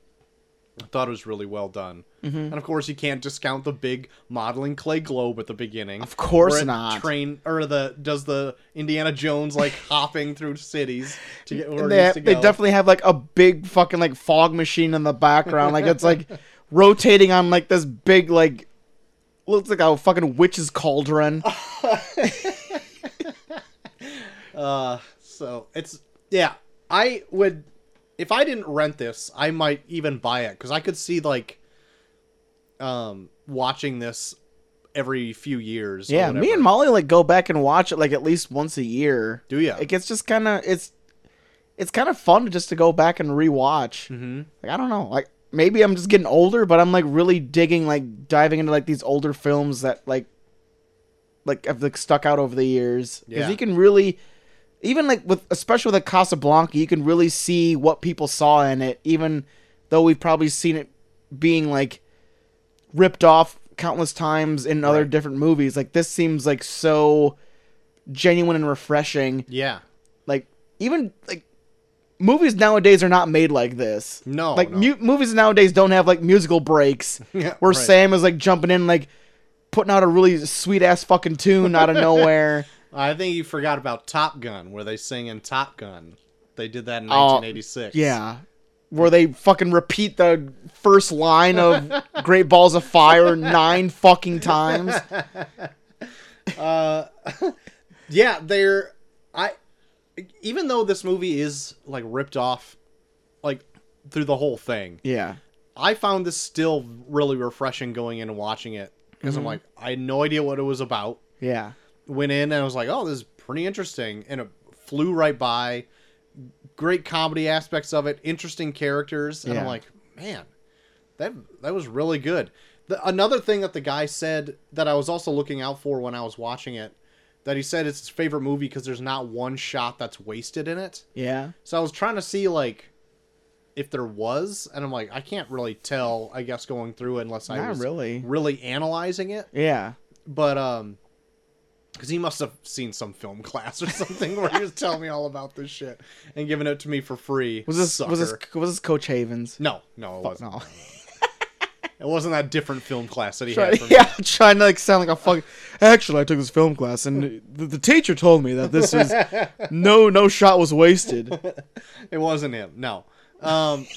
I thought it was really well done. Mm-hmm. And of course, you can't discount the big modeling clay globe at the beginning. Of course Where it not. Train or the does the Indiana Jones like hopping through cities to get where And he They, needs to they go. definitely have like a big fucking like fog machine in the background. Like it's like rotating on like this big like looks like a fucking witch's cauldron. Uh, so it's yeah. I would if I didn't rent this, I might even buy it because I could see like, um, watching this every few years. or yeah, me whatever. and Molly like go back and watch it like at least once a year. Do ya? It gets just kind of it's it's kind of fun just to go back and rewatch. Mhm. Like I don't know, like maybe I'm just getting older, but I'm like really digging like diving into like these older films that like like have like stuck out over the years. Because Yeah. you can really even like with especially with like Casablanca, you can really see what people saw in it, even though we've probably seen it being like ripped off countless times in other Right. different movies. Like this seems like so genuine and refreshing. Yeah. Like even like movies nowadays are not made like this. No, like no. mu- movies nowadays don't have like musical breaks Yeah, where right. Sam is like jumping in like putting out a really sweet ass fucking tune out of nowhere. I think you forgot about Top Gun, where they sing in Top Gun. They did that in Oh, 1986. Yeah. Where they fucking repeat the first line of Great Balls of Fire nine fucking times. yeah. They're I, even though this movie is like ripped off, like through the whole thing. Yeah. I found this still really refreshing going in and watching it because Mm-hmm. I'm like, I had no idea what it was about. Yeah. Went in and I was like, oh, this is pretty interesting, and it flew right by. Great comedy aspects of it, interesting characters, and I'm Yeah. like, man, that that was really good. The, another thing that the guy said that I was also looking out for when I was watching it, that he said it's his favorite movie because there's not one shot that's wasted in it. Yeah. So I was trying to see like if there was, and I'm like, I can't really tell. I guess going through it unless I Not was really. really analyzing it. Yeah. But um, because he must have seen some film class or something where he was telling me all about this shit and giving it to me for free. Was this was this sucker. was this Coach Havens? No, no, it Fuck wasn't. no. It wasn't that different film class that he Try- had. For yeah, trying to like sound like a fuck. Actually, I took this film class, and the, the teacher told me that this is no no shot was wasted. me. It wasn't him. No. Um,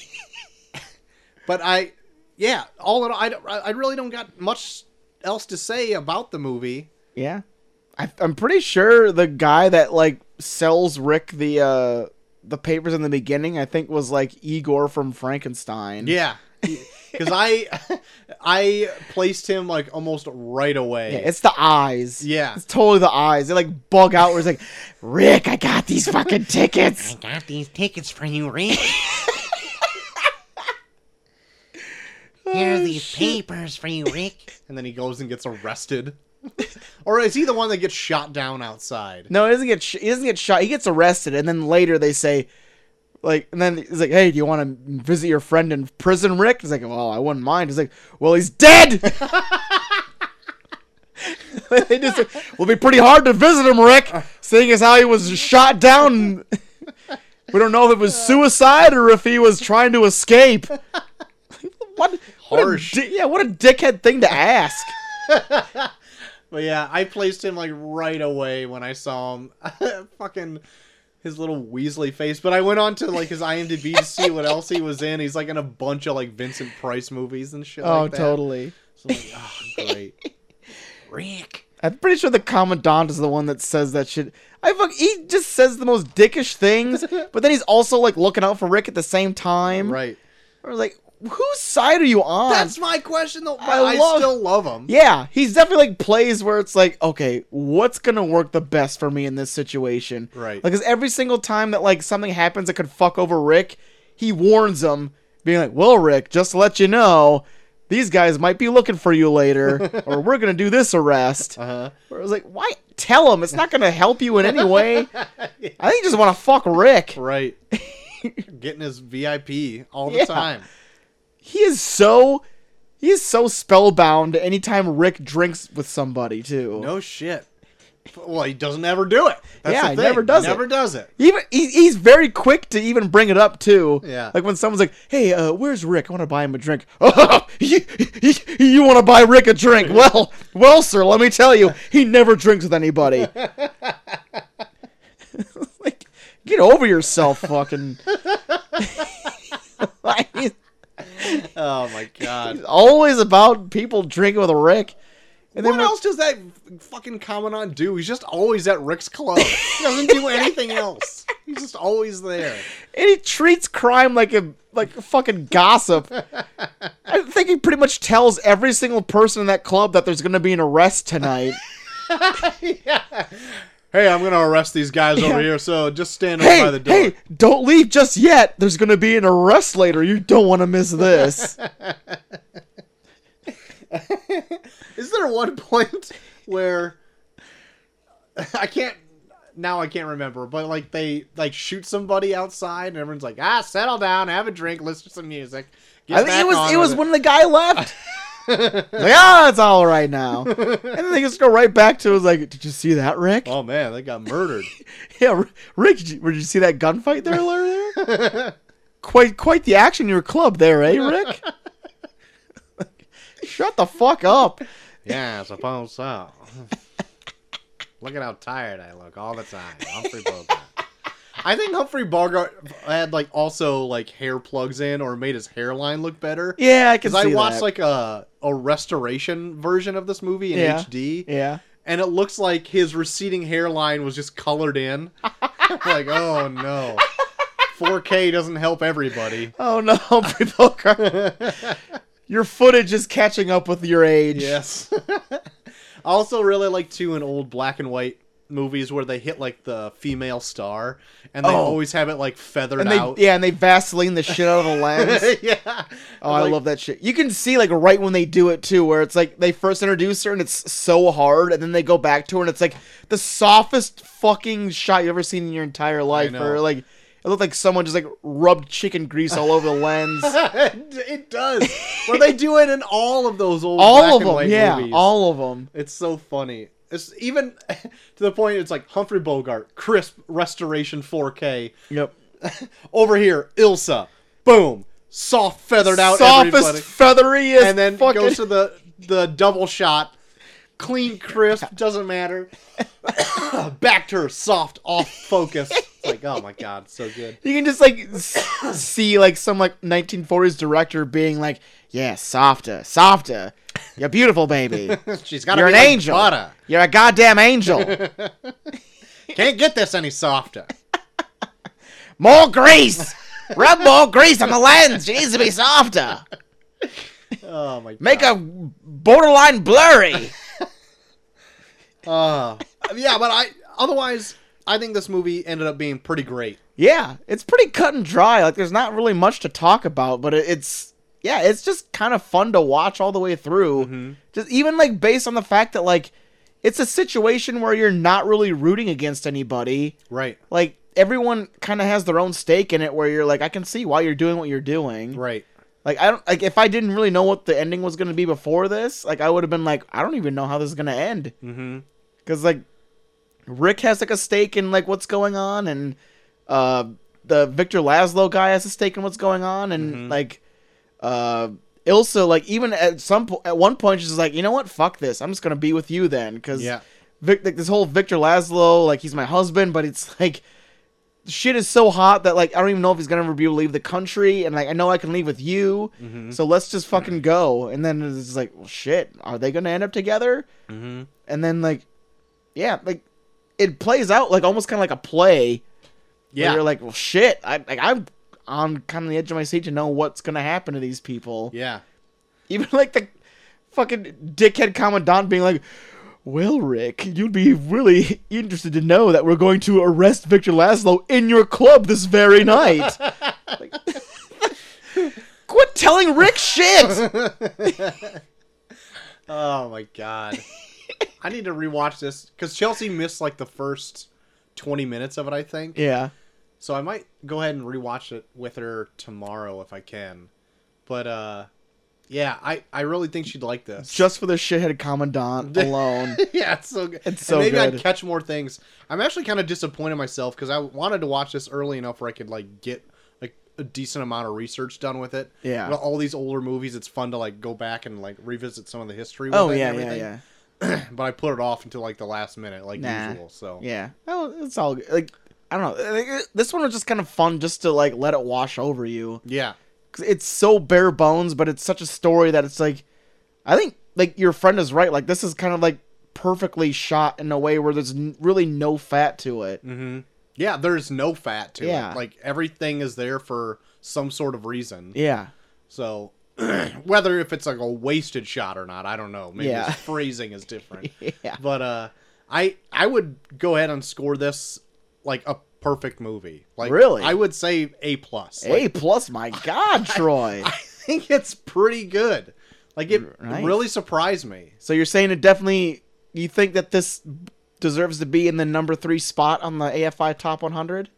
but I, yeah, all in all, I, don't- I I really don't got much else to say about the movie. Yeah, I, I'm pretty sure the guy that like sells Rick the uh the papers in the beginning, I think was like Igor from Frankenstein. Yeah, because I I placed him like almost right away. Yeah, it's the eyes. Yeah. it's totally the eyes. They like bug out. Where it's like, Rick, I got these fucking tickets. got these tickets for you, Rick. Here are these papers for you, Rick. and then he goes and gets arrested. or is he the one that gets shot down outside? No, he doesn't get sh- he doesn't get shot. He gets arrested, and then later they say, like, and then he's like, "Hey, do you want to visit your friend in prison, Rick?" He's like, "Well, I wouldn't mind." He's like, "Well, he's dead." they just will be pretty hard to visit him, Rick, seeing as how he was shot down. we don't know if it was suicide or if he was trying to escape. what? what a Harsh. di- yeah, what a dickhead thing to ask. But yeah, I placed him like right away when I saw him. Fucking his little Weasley face. But I went on to like his IMDb to see what else he was in. He's like in a bunch of like Vincent Price movies and shit. oh, like that. totally. So I'm like, oh, great. Rick. I'm pretty sure the commandant is the one that says that shit. I fuck. He just says the most dickish things, but then he's also like looking out for Rick at the same time. right. Or like, whose side are you on? That's my question though. But I I, love- still love him. yeah, he's definitely like plays where it's like, okay, what's gonna work the best for me in this situation? Right. Like, 'cause every single time that like something happens that could fuck over Rick, he warns him, being like, "Well, Rick, just to let you know, these guys might be looking for you later, or we're gonna do this arrest." Uh-huh. Where I was like, "Why? Tell him. It's not gonna help you in any way. I think you just want to fuck Rick. Right. Getting his VIP all the Yeah. time. He is so." He is so spellbound anytime Rick drinks with somebody too. No shit. Well, he doesn't ever do it. That's Yeah, the he thing. never does it. Never does it. Even he, he's very quick to even bring it up too. Yeah. Like when someone's like, "Hey, uh, where's Rick? I want to buy him a drink." Oh, you, you, you want to buy Rick a drink? Well, well, sir, let me tell you, he never drinks with anybody. like, get over yourself, fucking. Like, he's Oh my god. always about people drinking with Rick. And what when- else does that fucking commandant do? He's just always at Rick's club. He doesn't do anything else. He's just always there. and he treats crime like a like a fucking gossip. I think he pretty much tells every single person in that club that there's gonna be an arrest tonight. Hey, I'm gonna arrest these guys Yeah. over here. So just stand over by the hey, door. hey, don't leave just yet. There's gonna be an arrest later. You don't want to miss this. Is there one point where I can't now I can't remember, but like they like shoot somebody outside and everyone's like, ah, settle down, have a drink, listen to some music. Get I think back it was on it with was when the guy left. like, ah, it's all right now. And then they just go right back to it was like, did you see that, Rick? Oh man, they got murdered. Yeah, R- Rick, did you, did you see that gunfight there earlier? quite, quite the action in your club there, eh, Rick? Shut the fuck up. yeah, I suppose so. look at how tired I look all the time. Humphrey Bogart. I think Humphrey Bogart had like also like hair plugs in or made his hairline look better. Yeah, I can Because see I watched that. like a a restoration version of this movie in Yeah. HD, yeah, and it looks like his receding hairline was just colored in. like, oh no, 4K doesn't help everybody. oh no, Humphrey Bogart, your footage is catching up with your age. Yes. I also really like too in old black and white movies where they hit like the female star, and they Oh. always have it like feathered and they out. yeah, and they Vaseline the shit out of the lens. yeah. Oh, I love that shit. You can see like right when they do it too, where it's like they first introduce her and it's so hard, and then they go back to her and it's like the softest fucking shot you've ever seen in your entire life. know. Or like it looked like someone just like rubbed chicken grease all over the lens. it does. Well, they do it in all of those old black all of and white them, yeah, movies. all of them. It's so funny. It's even to the point. It's like Humphrey Bogart, crisp restoration 4K. Yep. Over here, Ilsa, boom, soft feathered out Softest, everybody, feathery as and then fucking. goes to the the double shot, clean, crisp, doesn't matter. Back to her soft, off focus. It's like, oh my god, so good. you can just like s- see like some like 1940s director being like, yeah, softer, softer. You're beautiful, baby. She's got You're an be like angel. butter. You're a goddamn angel. Can't get this any softer. More grease! Rub more grease on the lens. She needs to be softer. Oh my. Make a borderline blurry. Uh, yeah, but I otherwise I think this movie ended up being pretty great. Yeah, it's pretty cut and dry. Like, there's not really much to talk about, but it, it's yeah, it's just kind of fun to watch all the way through. Mm-hmm. Just even like based on the fact that like it's a situation where you're not really rooting against anybody. Right. Like everyone kind of has their own stake in it. Where you're like, I can see why you're doing what you're doing. Right. Like I don't like if I didn't really know what the ending was gonna be before this, like I would have been like, I don't even know how this is gonna end. Mm-hmm. Cause like Rick has like a stake in like what's going on, and uh the Victor Laszlo guy has a stake in what's going on, and like uh Ilsa like even at some po- at one point she's just like, you know what, fuck this, I'm just gonna be with you then, cause Yeah. Vic- like, this whole Victor Laszlo like he's my husband, but it's like shit is so hot that like I don't even know if he's gonna ever be able to leave the country, and like I know I can leave with you, so let's just fucking go. And then it's just like, well, shit, are they gonna end up together? Mm-hmm. And then like, yeah, like it plays out like almost kind of like a play. where Yeah. you're like, well, shit, I like I'm on kind of the edge of my seat to know what's gonna happen to these people. Yeah. Even like the fucking dickhead commandant being like, "Well, Rick, you'd be really interested to know that we're going to arrest Victor Laszlo in your club this very night." Like, telling Rick shit. Oh my god. I need to rewatch this because Chelsea missed like the first twenty minutes of it, I think. yeah. So I might go ahead and rewatch it with her tomorrow if I can. But uh yeah, I I really think she'd like this. Just for the shithead commandant alone. yeah, it's so good. It's And so maybe I'd good. catch more things. I'm actually kind of disappointed in myself because I wanted to watch this early enough where I could like get like a decent amount of research done with it. Yeah. With all these older movies, it's fun to like go back and like revisit some of the history. With oh it and yeah, yeah, everything. yeah, But I put it off until like the last minute, like Nah. usual. So yeah. Oh, it's all good. like I don't know. I think This one was just kind of fun, just to like let it wash over you. yeah, 'Cause It's so bare bones, but it's such a story that it's like, I think like your friend is right. Like this is kind of like perfectly shot in a way where there's n- really no fat to it. Mm-hmm. Yeah, There's no fat to Yeah. it. Like everything is there for some sort of reason. Yeah. So whether if it's like a wasted shot or not, I don't know. Maybe Yeah. his phrasing is different. Yeah. But uh I I would go ahead and score this like a perfect movie. Like Really? I would say A plus. A plus, my God, Troy. I think it's pretty good. Like it Right. really surprised me. So you're saying it definitely? You think that this deserves to be in the number three spot on the AFI Top 100?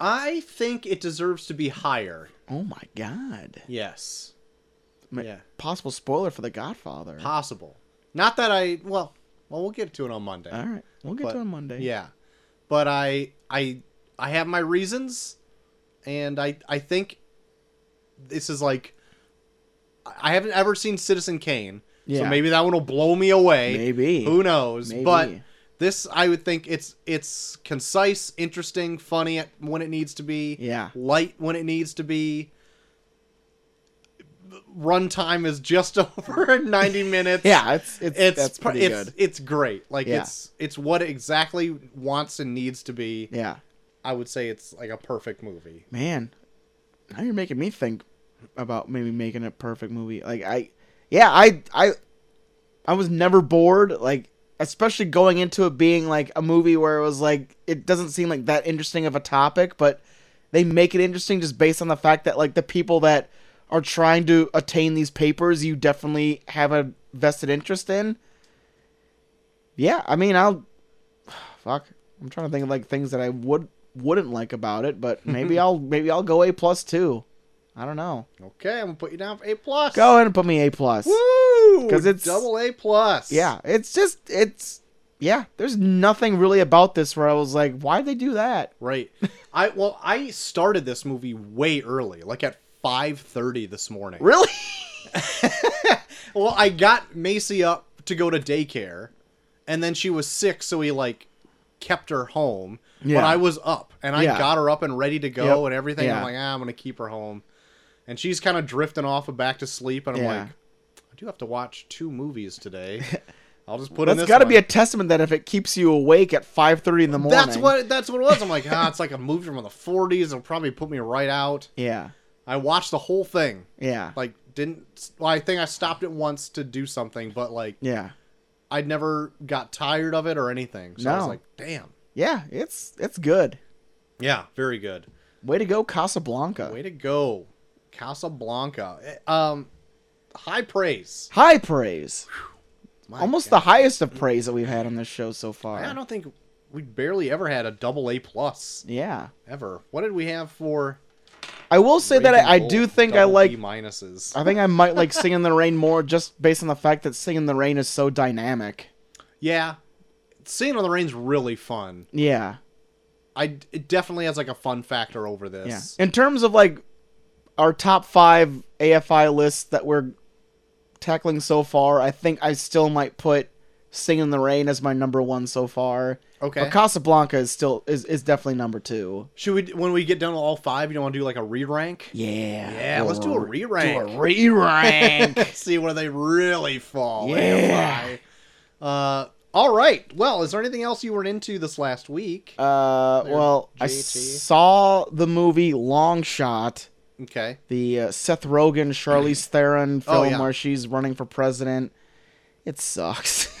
I think it deserves to be higher. Oh my God! Yes. Ma- Yeah. Possible spoiler for The Godfather. Possible. Not that I well well we'll get to it on Monday. All right, we'll get But- to it on Monday. Yeah, but I I I have my reasons, and I I think this is like I haven't ever seen Citizen Kane, so Yeah. maybe that one will blow me away. Maybe. who knows? Maybe. But this I would think it's it's concise, interesting, funny at- when it needs to be. Yeah. light when it needs to be. Runtime is just over ninety minutes yeah, it's it's, it's that's pr- pretty it's, good. It's great. Like Yeah. it's it's what it exactly wants and needs to be. Yeah, I would say it's like a perfect movie. man. Now you're making me think about maybe making a perfect movie. Like I, yeah, I I I was never bored. Like especially going into it being like a movie where it was like it doesn't seem like that interesting of a topic, but they make it interesting just based on the fact that like the people that are trying to attain these papers, you definitely have a vested interest in. Yeah, I mean, I'll fuck. I'm trying to think of like things that I would wouldn't like about it, but maybe I'll maybe I'll go A plus two. I don't know. Okay, I'm gonna put you down for A plus. Go ahead and put me A plus. Woo! 'Cause it's- double A plus. Yeah, it's just it's yeah. There's nothing really about this where I was like, why'd they do that? Right. I well, I started this movie way early, like at five thirty this morning. Really? Well, I got Macy up to go to daycare, and then she was sick, so he like kept her home. But Yeah. I was up, and I Yeah. got her up and ready to go Yep. and everything. I'm Yeah. like, ah, I'm gonna keep her home, and she's kind of drifting off and back to sleep. And I'm Yeah. like, I do have to watch two movies today. I'll just put in That's this. got to one." be a testament that if it keeps you awake at 5:30 in the morning. That's what that's what it was. I'm like, ah, it's like a movie from the 40s. It'll probably put me right out. Yeah. I watched the whole thing. Yeah. Like, didn't. Well, I think I stopped it once to do something, but like, yeah. I never got tired of it or anything. So I was No. like, damn. Yeah. It's it's good. Yeah, very good. Way to go, Casablanca. Way to go. Casablanca. Eh, Um high praise. High praise. My Almost God. the highest of praise that we've had on this show so far. I don't think we barely ever had a double A plus yeah. ever. What did we have for I will say that I, I do think I like B minuses. I think I might like Sing in the Rain more just based on the fact that Sing in the Rain is so dynamic. yeah. Seeing on the Rain's really fun. Yeah. I it definitely has like a fun factor over this. Yeah. In terms of like our top five AFI lists that we're tackling so far, I think I still might put Sing in the Rain as my number one so far. Okay. But Casablanca is still is, is definitely number two. Should we when we get done with all five, you don't want to do like a re rank? Yeah. Yeah, let's do a re rank. re rank. see where they really fall. Yeah. AFI. Uh, all right. Well, is there anything else you were into this last week? uh, well, I JT. saw the movie Long Shot. okay. the uh, Seth Rogen, Charlize Theron film Oh, yeah. where she's running for president. It sucks.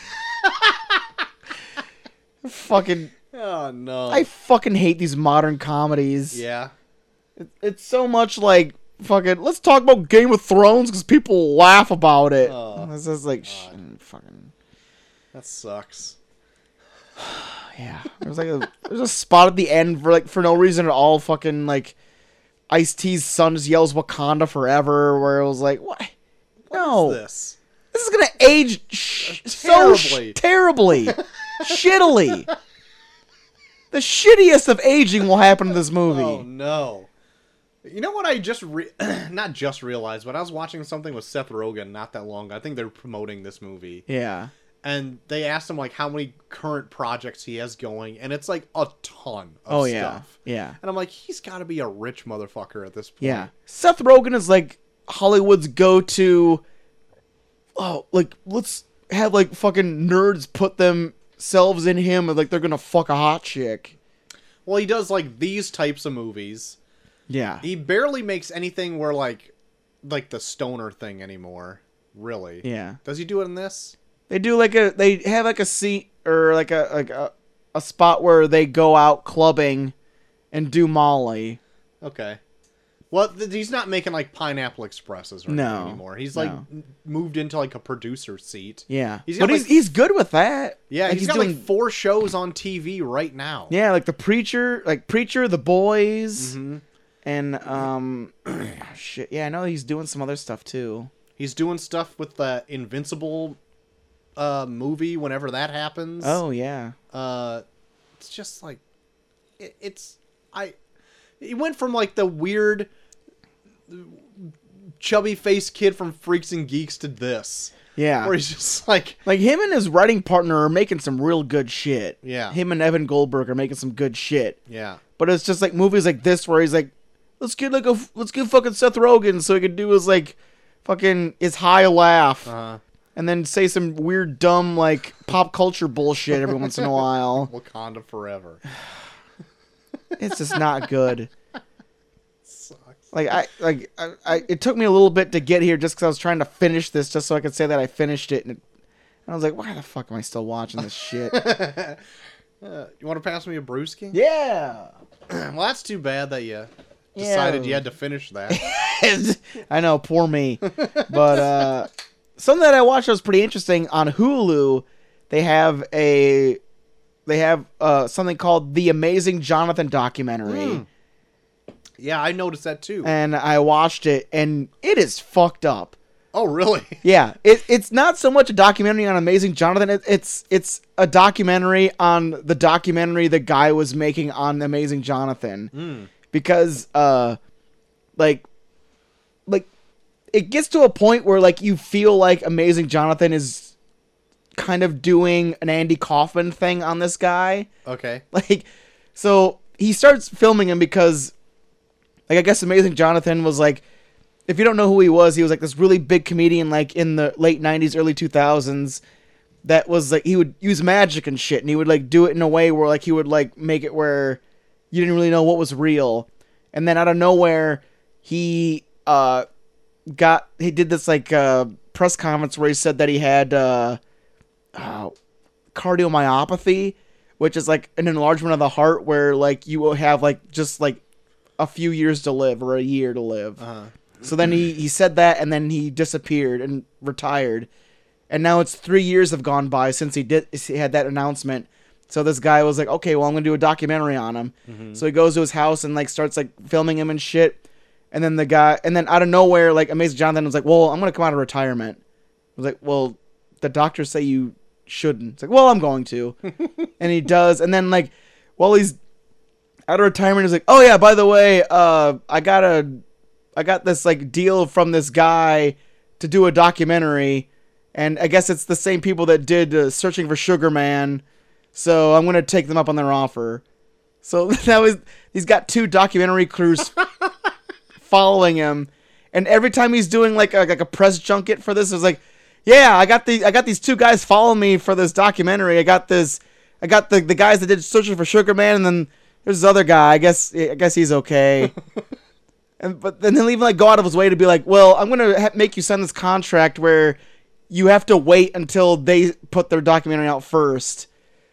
fucking, Oh no. I fucking hate these modern comedies. yeah. It's so much like fucking let's talk about Game of Thrones because people laugh about it. Oh, this is like sh- fucking That sucks. yeah. There's like a there's a spot at the end for like for no reason at all. Fucking like Ice T's son just yells Wakanda forever, where it was like what? No, this? This. is gonna age sh- so sh- Uh, Terribly. terribly, shittily. The shittiest of aging will happen in this movie. Oh no. You know what I just re- not just realized, but I was watching something with Seth Rogen not that long. ago. I think they're promoting this movie. Yeah. and they asked him like how many current projects he has going, and it's like a ton of Oh stuff. yeah. Yeah. And I'm like, he's got to be a rich motherfucker at this point. Yeah. Seth Rogen is like Hollywood's go to Oh, like let's have like fucking nerds put themselves in him and like they're gonna fuck a hot chick. Well, he does like these types of movies. Yeah. He barely makes anything where like, like the stoner thing anymore. Really. Yeah. Does he do it in this? They do like a they have like a seat or like a like a, a spot where they go out clubbing and do Molly. Okay. Well, th- he's not making like Pineapple Expresses or No. anything anymore. He's like No. n- moved into like a producer seat. Yeah. He's got, but he's like- he's good with that. Yeah, Like, he's got like four shows on TV right now. Yeah, like the preacher, like preacher, the boys, Mm-hmm. and um, shit. Yeah, I know he's doing some other stuff too. He's doing stuff with the Invincible uh, movie whenever that happens. Oh yeah, Uh, it's just like it, it's I. He went from like the weird chubby faced kid from Freaks and Geeks to this, yeah. where he's just like, like him and his writing partner are making some real good shit. Yeah. him and Evan Goldberg are making some good shit. yeah, But it's just like movies like this where he's like, let's get like a f- let's get fucking Seth Rogen so he can do his like fucking his high laugh uh, and then say some weird dumb like pop culture bullshit every once in a while. Wakanda forever. it's just not good. Like I like I, I, it took me a little bit to get here just because I was trying to finish this just so I could say that I finished it and, it, and I was like, why the fuck am I still watching this shit? Uh, you want to pass me a brewski? yeah, Well, that's too bad that you Yeah. decided you had to finish that. I know, poor me. But uh, something that I watched that was pretty interesting on Hulu. They have a they have uh, something called the Amazing Jonathan documentary. yeah, I noticed that too. And I watched it, and it is fucked up. oh, really? Yeah, it, it's not so much a documentary on Amazing Jonathan. It, it's it's a documentary on the documentary the guy was making on Amazing Jonathan, because uh, like, like, it gets to a point where like you feel like Amazing Jonathan is kind of doing an Andy Kaufman thing on this guy. Okay. Like, so he starts filming him because, like, I guess Amazing Jonathan was like, if you don't know who he was, he was like this really big comedian, like in the late '90s, early 2000s. That was like he would use magic and shit, and he would like do it in a way where like he would like make it where you didn't really know what was real, and then out of nowhere he uh got he did this like uh press conference where he said that he had uh uh, cardiomyopathy, which is like an enlargement of the heart where like you will have like just like a few years to live or a year to live. So then he he said that and then he disappeared and retired, and now it's three years have gone by since he did he had that announcement. So this guy was like, okay, well I'm gonna do a documentary on him. So he goes to his house and like starts like filming him and shit. And then the guy, and then out of nowhere, like Amazing Jonathan was like, "Well, I'm gonna come out of retirement." I was like, well, the doctors say you shouldn't. It's like, well, I'm going to. and he does. And then, like, while he's out of retirement, he's like, oh, yeah, by the way, uh, I got a, I got this, like, deal from this guy to do a documentary. And I guess it's the same people that did uh, Searching for Sugar Man. So I'm going to take them up on their offer. So that was, he's got two documentary crews following him, and every time he's doing like a, like a press junket for this, it's like, yeah, I got the I got these two guys following me for this documentary. I got this, I got the the guys that did Searching for Sugar Man, and then there's this other guy. I guess I guess he's okay. and but then he'll even like go out of his way to be like, well, I'm gonna ha- make you sign this contract where you have to wait until they put their documentary out first.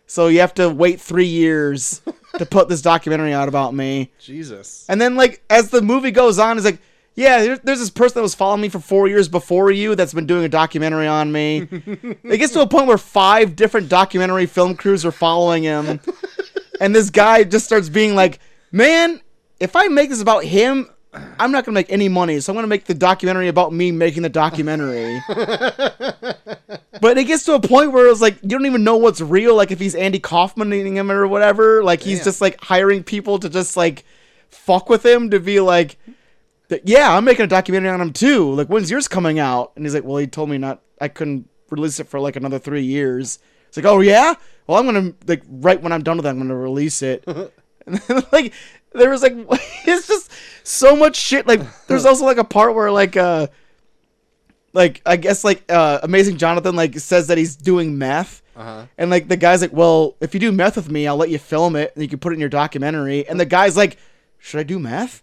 So you have to wait three years to put this documentary out about me. Jesus. And then like as the movie goes on, it's like, yeah, there- there's this person that was following me for four years before you that's been doing a documentary on me. it gets to a point where five different documentary film crews are following him. and this guy just starts being like, man, if I make this about him, I'm not going to make any money. So I'm going to make the documentary about me making the documentary. But it gets to a point where it's like you don't even know what's real. Like if he's Andy Kaufman eating him or whatever. Like he's Damn. just like hiring people to just like fuck with him to be like, th- yeah, I'm making a documentary on him too. Like when's yours coming out? And he's like, well, he told me not. I couldn't release it for like another three years. It's like, oh yeah. Well, I'm gonna like right when I'm done with that, I'm gonna release it. and then, like there was like it's just so much shit. Like there's also like a part where like uh like I guess like uh Amazing Jonathan like says that he's doing meth. Uh-huh. And like the guy's like, "Well, if you do meth with me, I'll let you film it and you can put it in your documentary." And the guy's like, "Should I do meth?"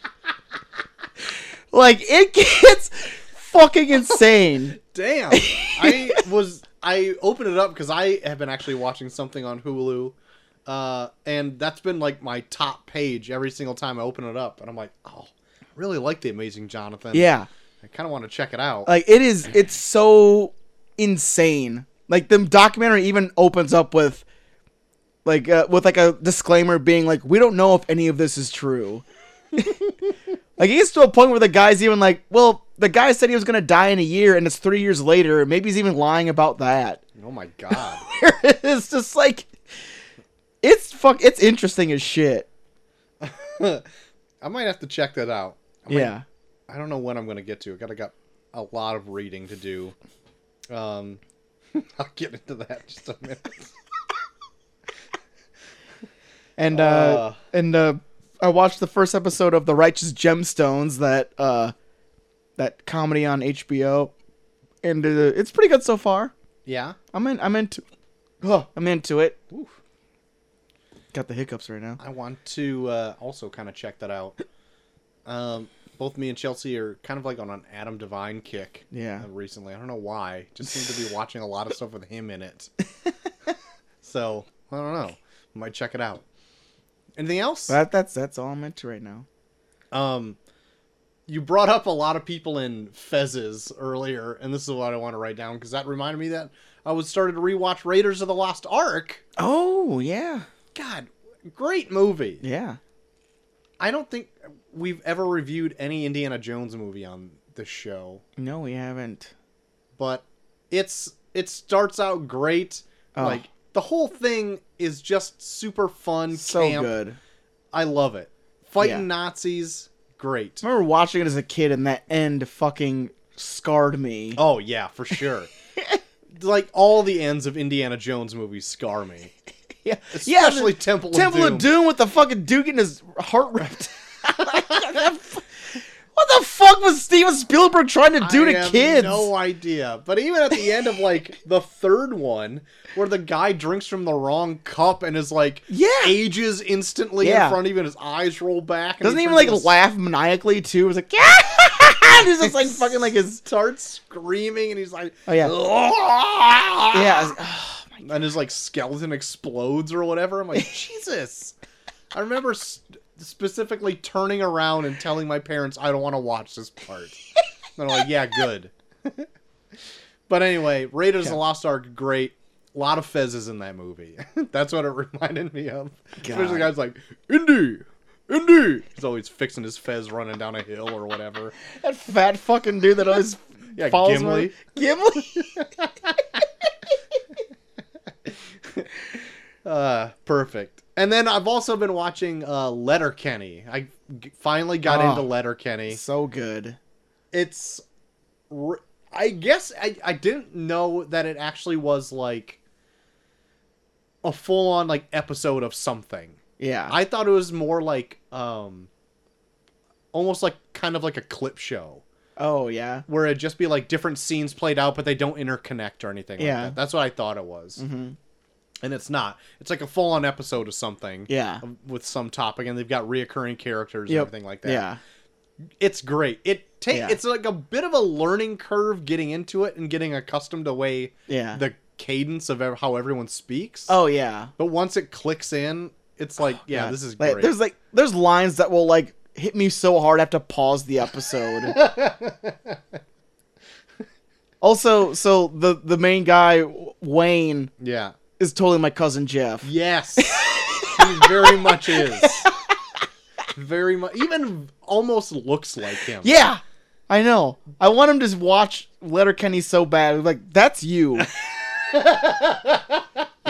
like it gets fucking insane. Damn. I was I opened it up because I have been actually watching something on Hulu, uh, and that's been like my top page every single time I open it up, and I'm like, oh, I really like the Amazing Jonathan. Yeah. I kind of want to check it out. Like it is it's so insane. Like the documentary even opens up with like uh, with like a disclaimer being like we don't know if any of this is true. like it gets to a point where the guy's even like, well, the guy said he was gonna die in a year and it's three years later. Maybe he's even lying about that. oh my god. it's just like it's fuck it's interesting as shit. I might have to check that out. I might- Yeah. I don't know when I'm gonna get to. I gotta got a lot of reading to do. Um, I'll get into that in just a minute. And uh, Uh. and uh, I watched the first episode of The Righteous Gemstones that uh, that comedy on HBO, and uh, it's pretty good so far. Yeah. I'm in. I'm into. Oh, I'm into it. Got the hiccups right now. I want to uh, also kind of check that out. Um, both me and Chelsea are kind of like on an Adam Devine kick. Yeah. uh, Recently, I don't know why. Just seem to be watching a lot of stuff with him in it. so I don't know. Might check it out. Anything else? That, that's that's all I'm into right now. Um, you brought up a lot of people in Fezes earlier, and this is what I want to write down because that reminded me that I was started to rewatch Raiders of the Lost Ark. Oh yeah, God, great movie. yeah. I don't think we've ever reviewed any Indiana Jones movie on this show, No, we haven't. but it's it starts out great. Oh. Like the whole thing is just super fun. So camp. good. I love it. Fighting Yeah. Nazis, great. I remember watching it as a kid, and that end fucking scarred me. Oh yeah, for sure. like all the ends of Indiana Jones movies scar me, yeah, yeah. the- especially Temple, Temple of Doom. of Doom with the fucking Duke getting his heart ripped. what the fuck was Steven Spielberg trying to do I to have kids? No idea. But even at the end of like the third one, where the guy drinks from the wrong cup and is like Yeah. ages instantly Yeah. in front of you, and his eyes roll back. And Doesn't he he even like turns into a- laugh maniacally too? It was like, yeah! And he's just like fucking like his. starts screaming, and he's like, Oh, yeah. Yeah. it's- ugh, and his like skeleton explodes or whatever. I'm like, Jesus. I remember s specifically turning around and telling my parents I don't want to watch this part. And they're like, yeah, good. but anyway, Raiders of the Lost Ark, great. A lot of fezzes in that movie. That's what it reminded me of. Especially the guys like Indy, Indy. He's always fixing his fez running down a hill or whatever. that fat fucking dude that always Yeah, follows Gimli. me. Gimli. Uh, perfect. And then I've also been watching uh, Letterkenny. I g- finally got Oh. into Letterkenny. so good. It's, r I I guess I I didn't know that it actually was like a full on like episode of something. Yeah. I thought it was more like um, almost like kind of like a clip show oh yeah. where it'd just be like different scenes played out, but they don't interconnect or anything. Yeah. like that. that's what I thought it was. Mhm. And it's not. It's like a full on episode of something Yeah. with some topic and they've got reoccurring characters Yep. and everything like that. Yeah. It's great. It take Yeah. it's like a bit of a learning curve getting into it and getting accustomed to way Yeah. the cadence of ev- how everyone speaks. oh yeah. But once it clicks in, it's like, yeah, God. this is like, great. There's like there's lines that will like hit me so hard I have to pause the episode. also, so the the main guy Wayne Yeah. is totally my cousin Jeff. Yes. he very much is. Very much. Even almost looks like him. Yeah, I know. I want him to watch Letterkenny so bad. Like that's you.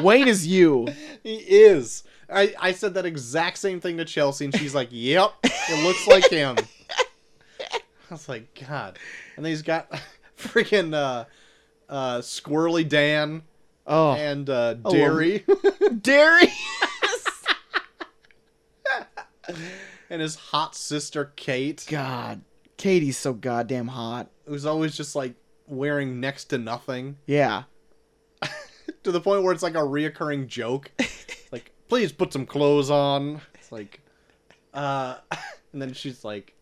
Wayne is you. He is. I, I said that exact same thing to Chelsea, and she's like, "Yep, it looks like him." I was like, "God!" And then he's got freaking uh, uh, Squirrely Dan Oh, and uh, love Dairy dairy. and his hot sister Kate, God, Katie's so goddamn hot. who's always just like wearing next to nothing, Yeah. to the point where it's like a reoccurring joke. like, please put some clothes on. It's like, uh, and then she's like,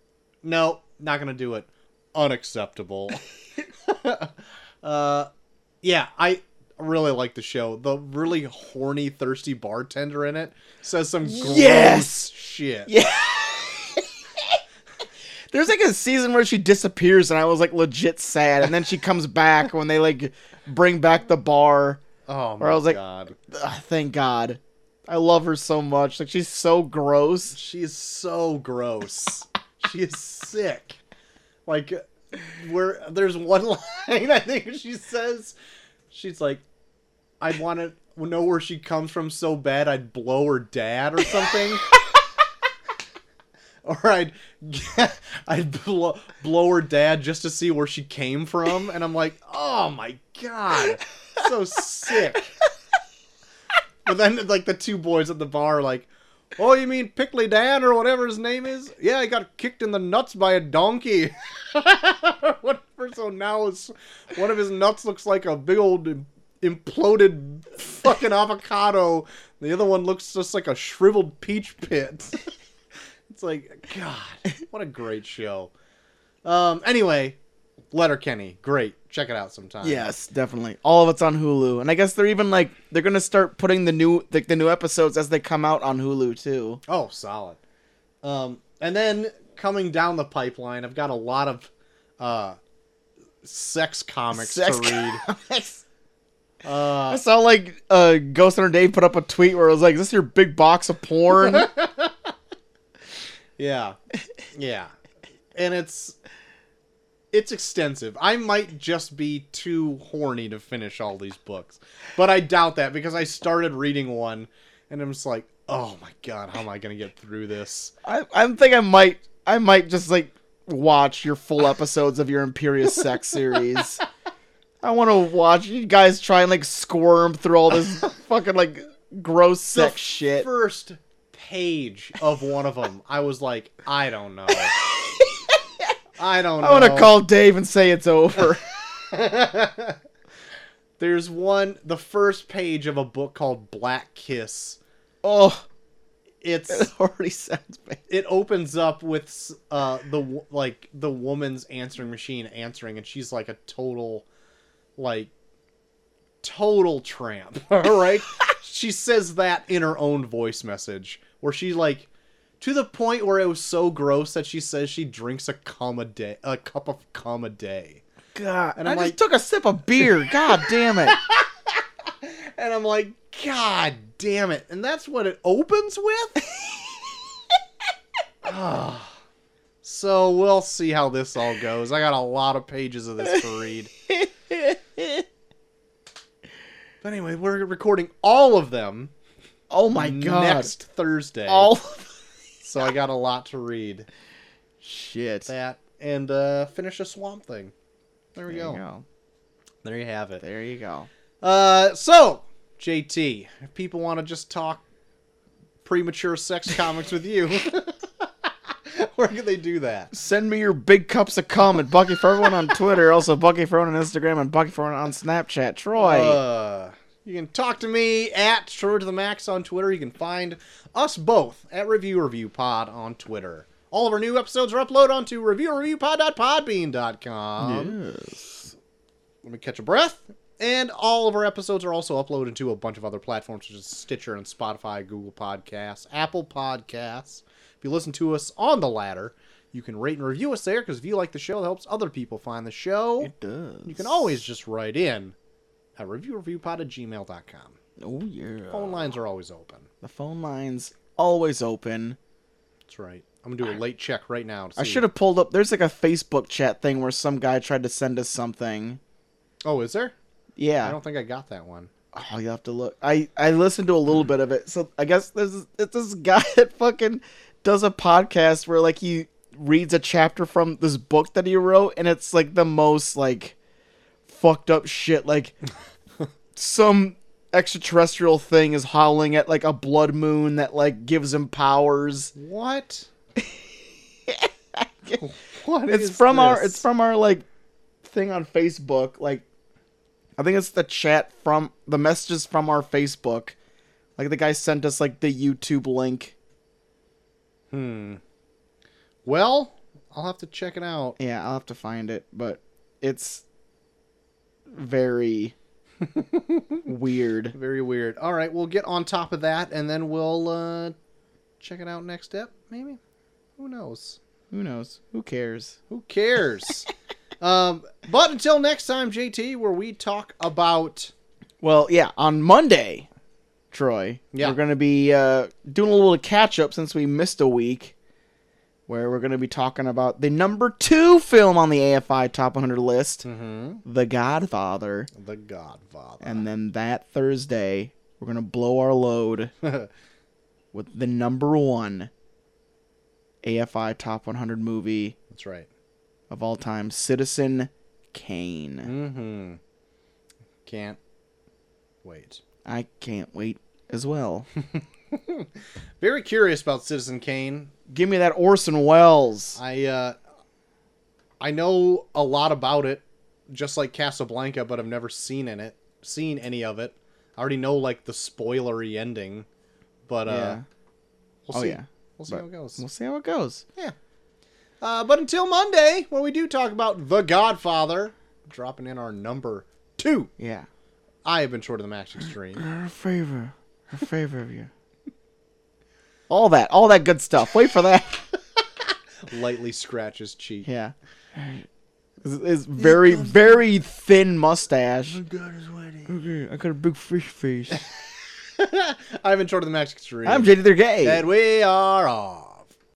no, not gonna do it. Unacceptable. uh, yeah, I really like the show. The really horny, thirsty bartender in it says some gross Yes! shit. Yeah. There's like a season where she disappears, and I was like legit sad. And then she comes back when they like bring back the bar. Oh my Or I was like- god, Ugh, thank God. I love her so much. Like she's so gross. she is so gross. she is sick. Like, where there's one line I think she says, she's like, I want to know where she comes from so bad I'd blow her dad or something. or I'd I'd blow, blow her dad just to see where she came from, and I'm like, oh my god, so sick. But then like the two boys at the bar are like, oh you mean Pickly Dad or whatever his name is? Yeah, he got kicked in the nuts by a donkey. whatever. So now it's one of his nuts looks like a big old im- imploded fucking avocado. The other one looks just like a shriveled peach pit. It's like, God, what a great show. Um, anyway, Letterkenny, great. Check it out sometime. Yes, definitely. All of it's on Hulu, and I guess they're even like they're gonna start putting the new like the new episodes as they come out on Hulu too. Oh, solid. Um, and then coming down the pipeline, I've got a lot of uh, sex comics Sex to read. I saw like uh, Ghost Hunter Dave put up a tweet where it was like, "Is this your big box of porn?" yeah, yeah, and it's it's extensive. I might just be too horny to finish all these books, but I doubt that because I started reading one, and I'm just like, oh my god, how am I gonna get through this? I, I think I might I might just like watch your full episodes of your Imperious Sex series. I want to watch you guys try and like squirm through all this fucking like gross sex shit. first page of one of them, I was like, I don't know. I don't know. I want to call Dave and say it's over. There's one, the first page of a book called Black Kiss. oh, It's it already sounds bad. it opens up with uh the wo- like the woman's answering machine answering, and she's like a total, like, total tramp. All right, she says that in her own voice message, where she like. To the point where it was so gross that she says she drinks a cum a day, a cup of cum a day. God, and I'm i like- just took a sip of beer. God damn it! And I'm like, God damn it. And that's what it opens with? Ah. so we'll see how this all goes. I got a lot of pages of this to read. but anyway, we're recording all of them Oh my god! next Thursday. All So I got a lot to read. shit. That and uh, finish a swamp thing. There we There go. you go. There you have it. There you go. Uh, so JT, if people want to just talk premature sex comics with you, where can they do that? Send me your big cups of cum at Bucky for everyone on Twitter, also Bucky for everyone on Instagram, and Bucky for everyone on Snapchat. Troy, Uh, you can talk to me at Short to the Max on Twitter. You can find us both at Review Review Pod on Twitter. All of our new episodes are uploaded onto reviewreviewpod.podbean.com. Let me catch a breath And all of our episodes are also uploaded to a bunch of other platforms such as Stitcher and Spotify, Google Podcasts, Apple Podcasts. If you listen to us on the latter, you can rate and review us there because if you like the show, it helps other people find the show. It does. You can always just write in at reviewreviewpod at gmail.com. Oh yeah. Phone lines are always open. The phone lines always open. That's right. I'm going to do a late check right now. To I see- should have pulled up. There's like a Facebook chat thing where some guy tried to send us something. Oh, is there? I Yeah. don't think I got that one. Oh, you have to look. I I listened to a little bit of it. So I guess there's this- it's this guy that fucking does a podcast where like he reads a chapter from this book that he wrote, and it's like the most like fucked up shit. Like some extraterrestrial thing is howling at like a blood moon that like gives him powers. What? what it's is from our this? it's from our like thing on Facebook. Like I think it's the chat from the messages from our Facebook. Like the guy sent us like the YouTube link. Well, I'll have to check it out. Yeah, I'll have to find it, but it's very weird. Very weird. All right, we'll get on top of that and then we'll uh, check it out next step, maybe? Who knows? Who knows? Who cares? Who cares? um, but until next time, JT, where we talk about. Well, yeah, on Monday, Troy, Yeah. we're going to be uh, doing a little catch up since we missed a week, where we're going to be talking about the number two film on the AFI Top 100 list, The Godfather. The Godfather. And then that Thursday, we're going to blow our load with the number one AFI Top 100 movie That's right. of all time, Citizen Kane. Mm-hmm. Can't wait. I can't wait as well. Very curious about Citizen Kane. Give me that Orson Welles. I uh, I know a lot about it, just like Casablanca, but I've never seen in it, seen any of it. I already know like the spoilery ending, but uh, yeah. we'll Oh, see. yeah. We'll see But how it goes. We'll see how it goes. Yeah. Uh, but until Monday, where we do talk about The Godfather, dropping in our number two. Yeah. I have been short of the max extreme. Her favor. Her favor of you. All that. All that good stuff. Wait for that. Lightly scratch his cheek. yeah. His, his very, very thin mustache. Okay, I got a big fish face. I've been short of the max extreme. I'm JD They're Gay. and we are off.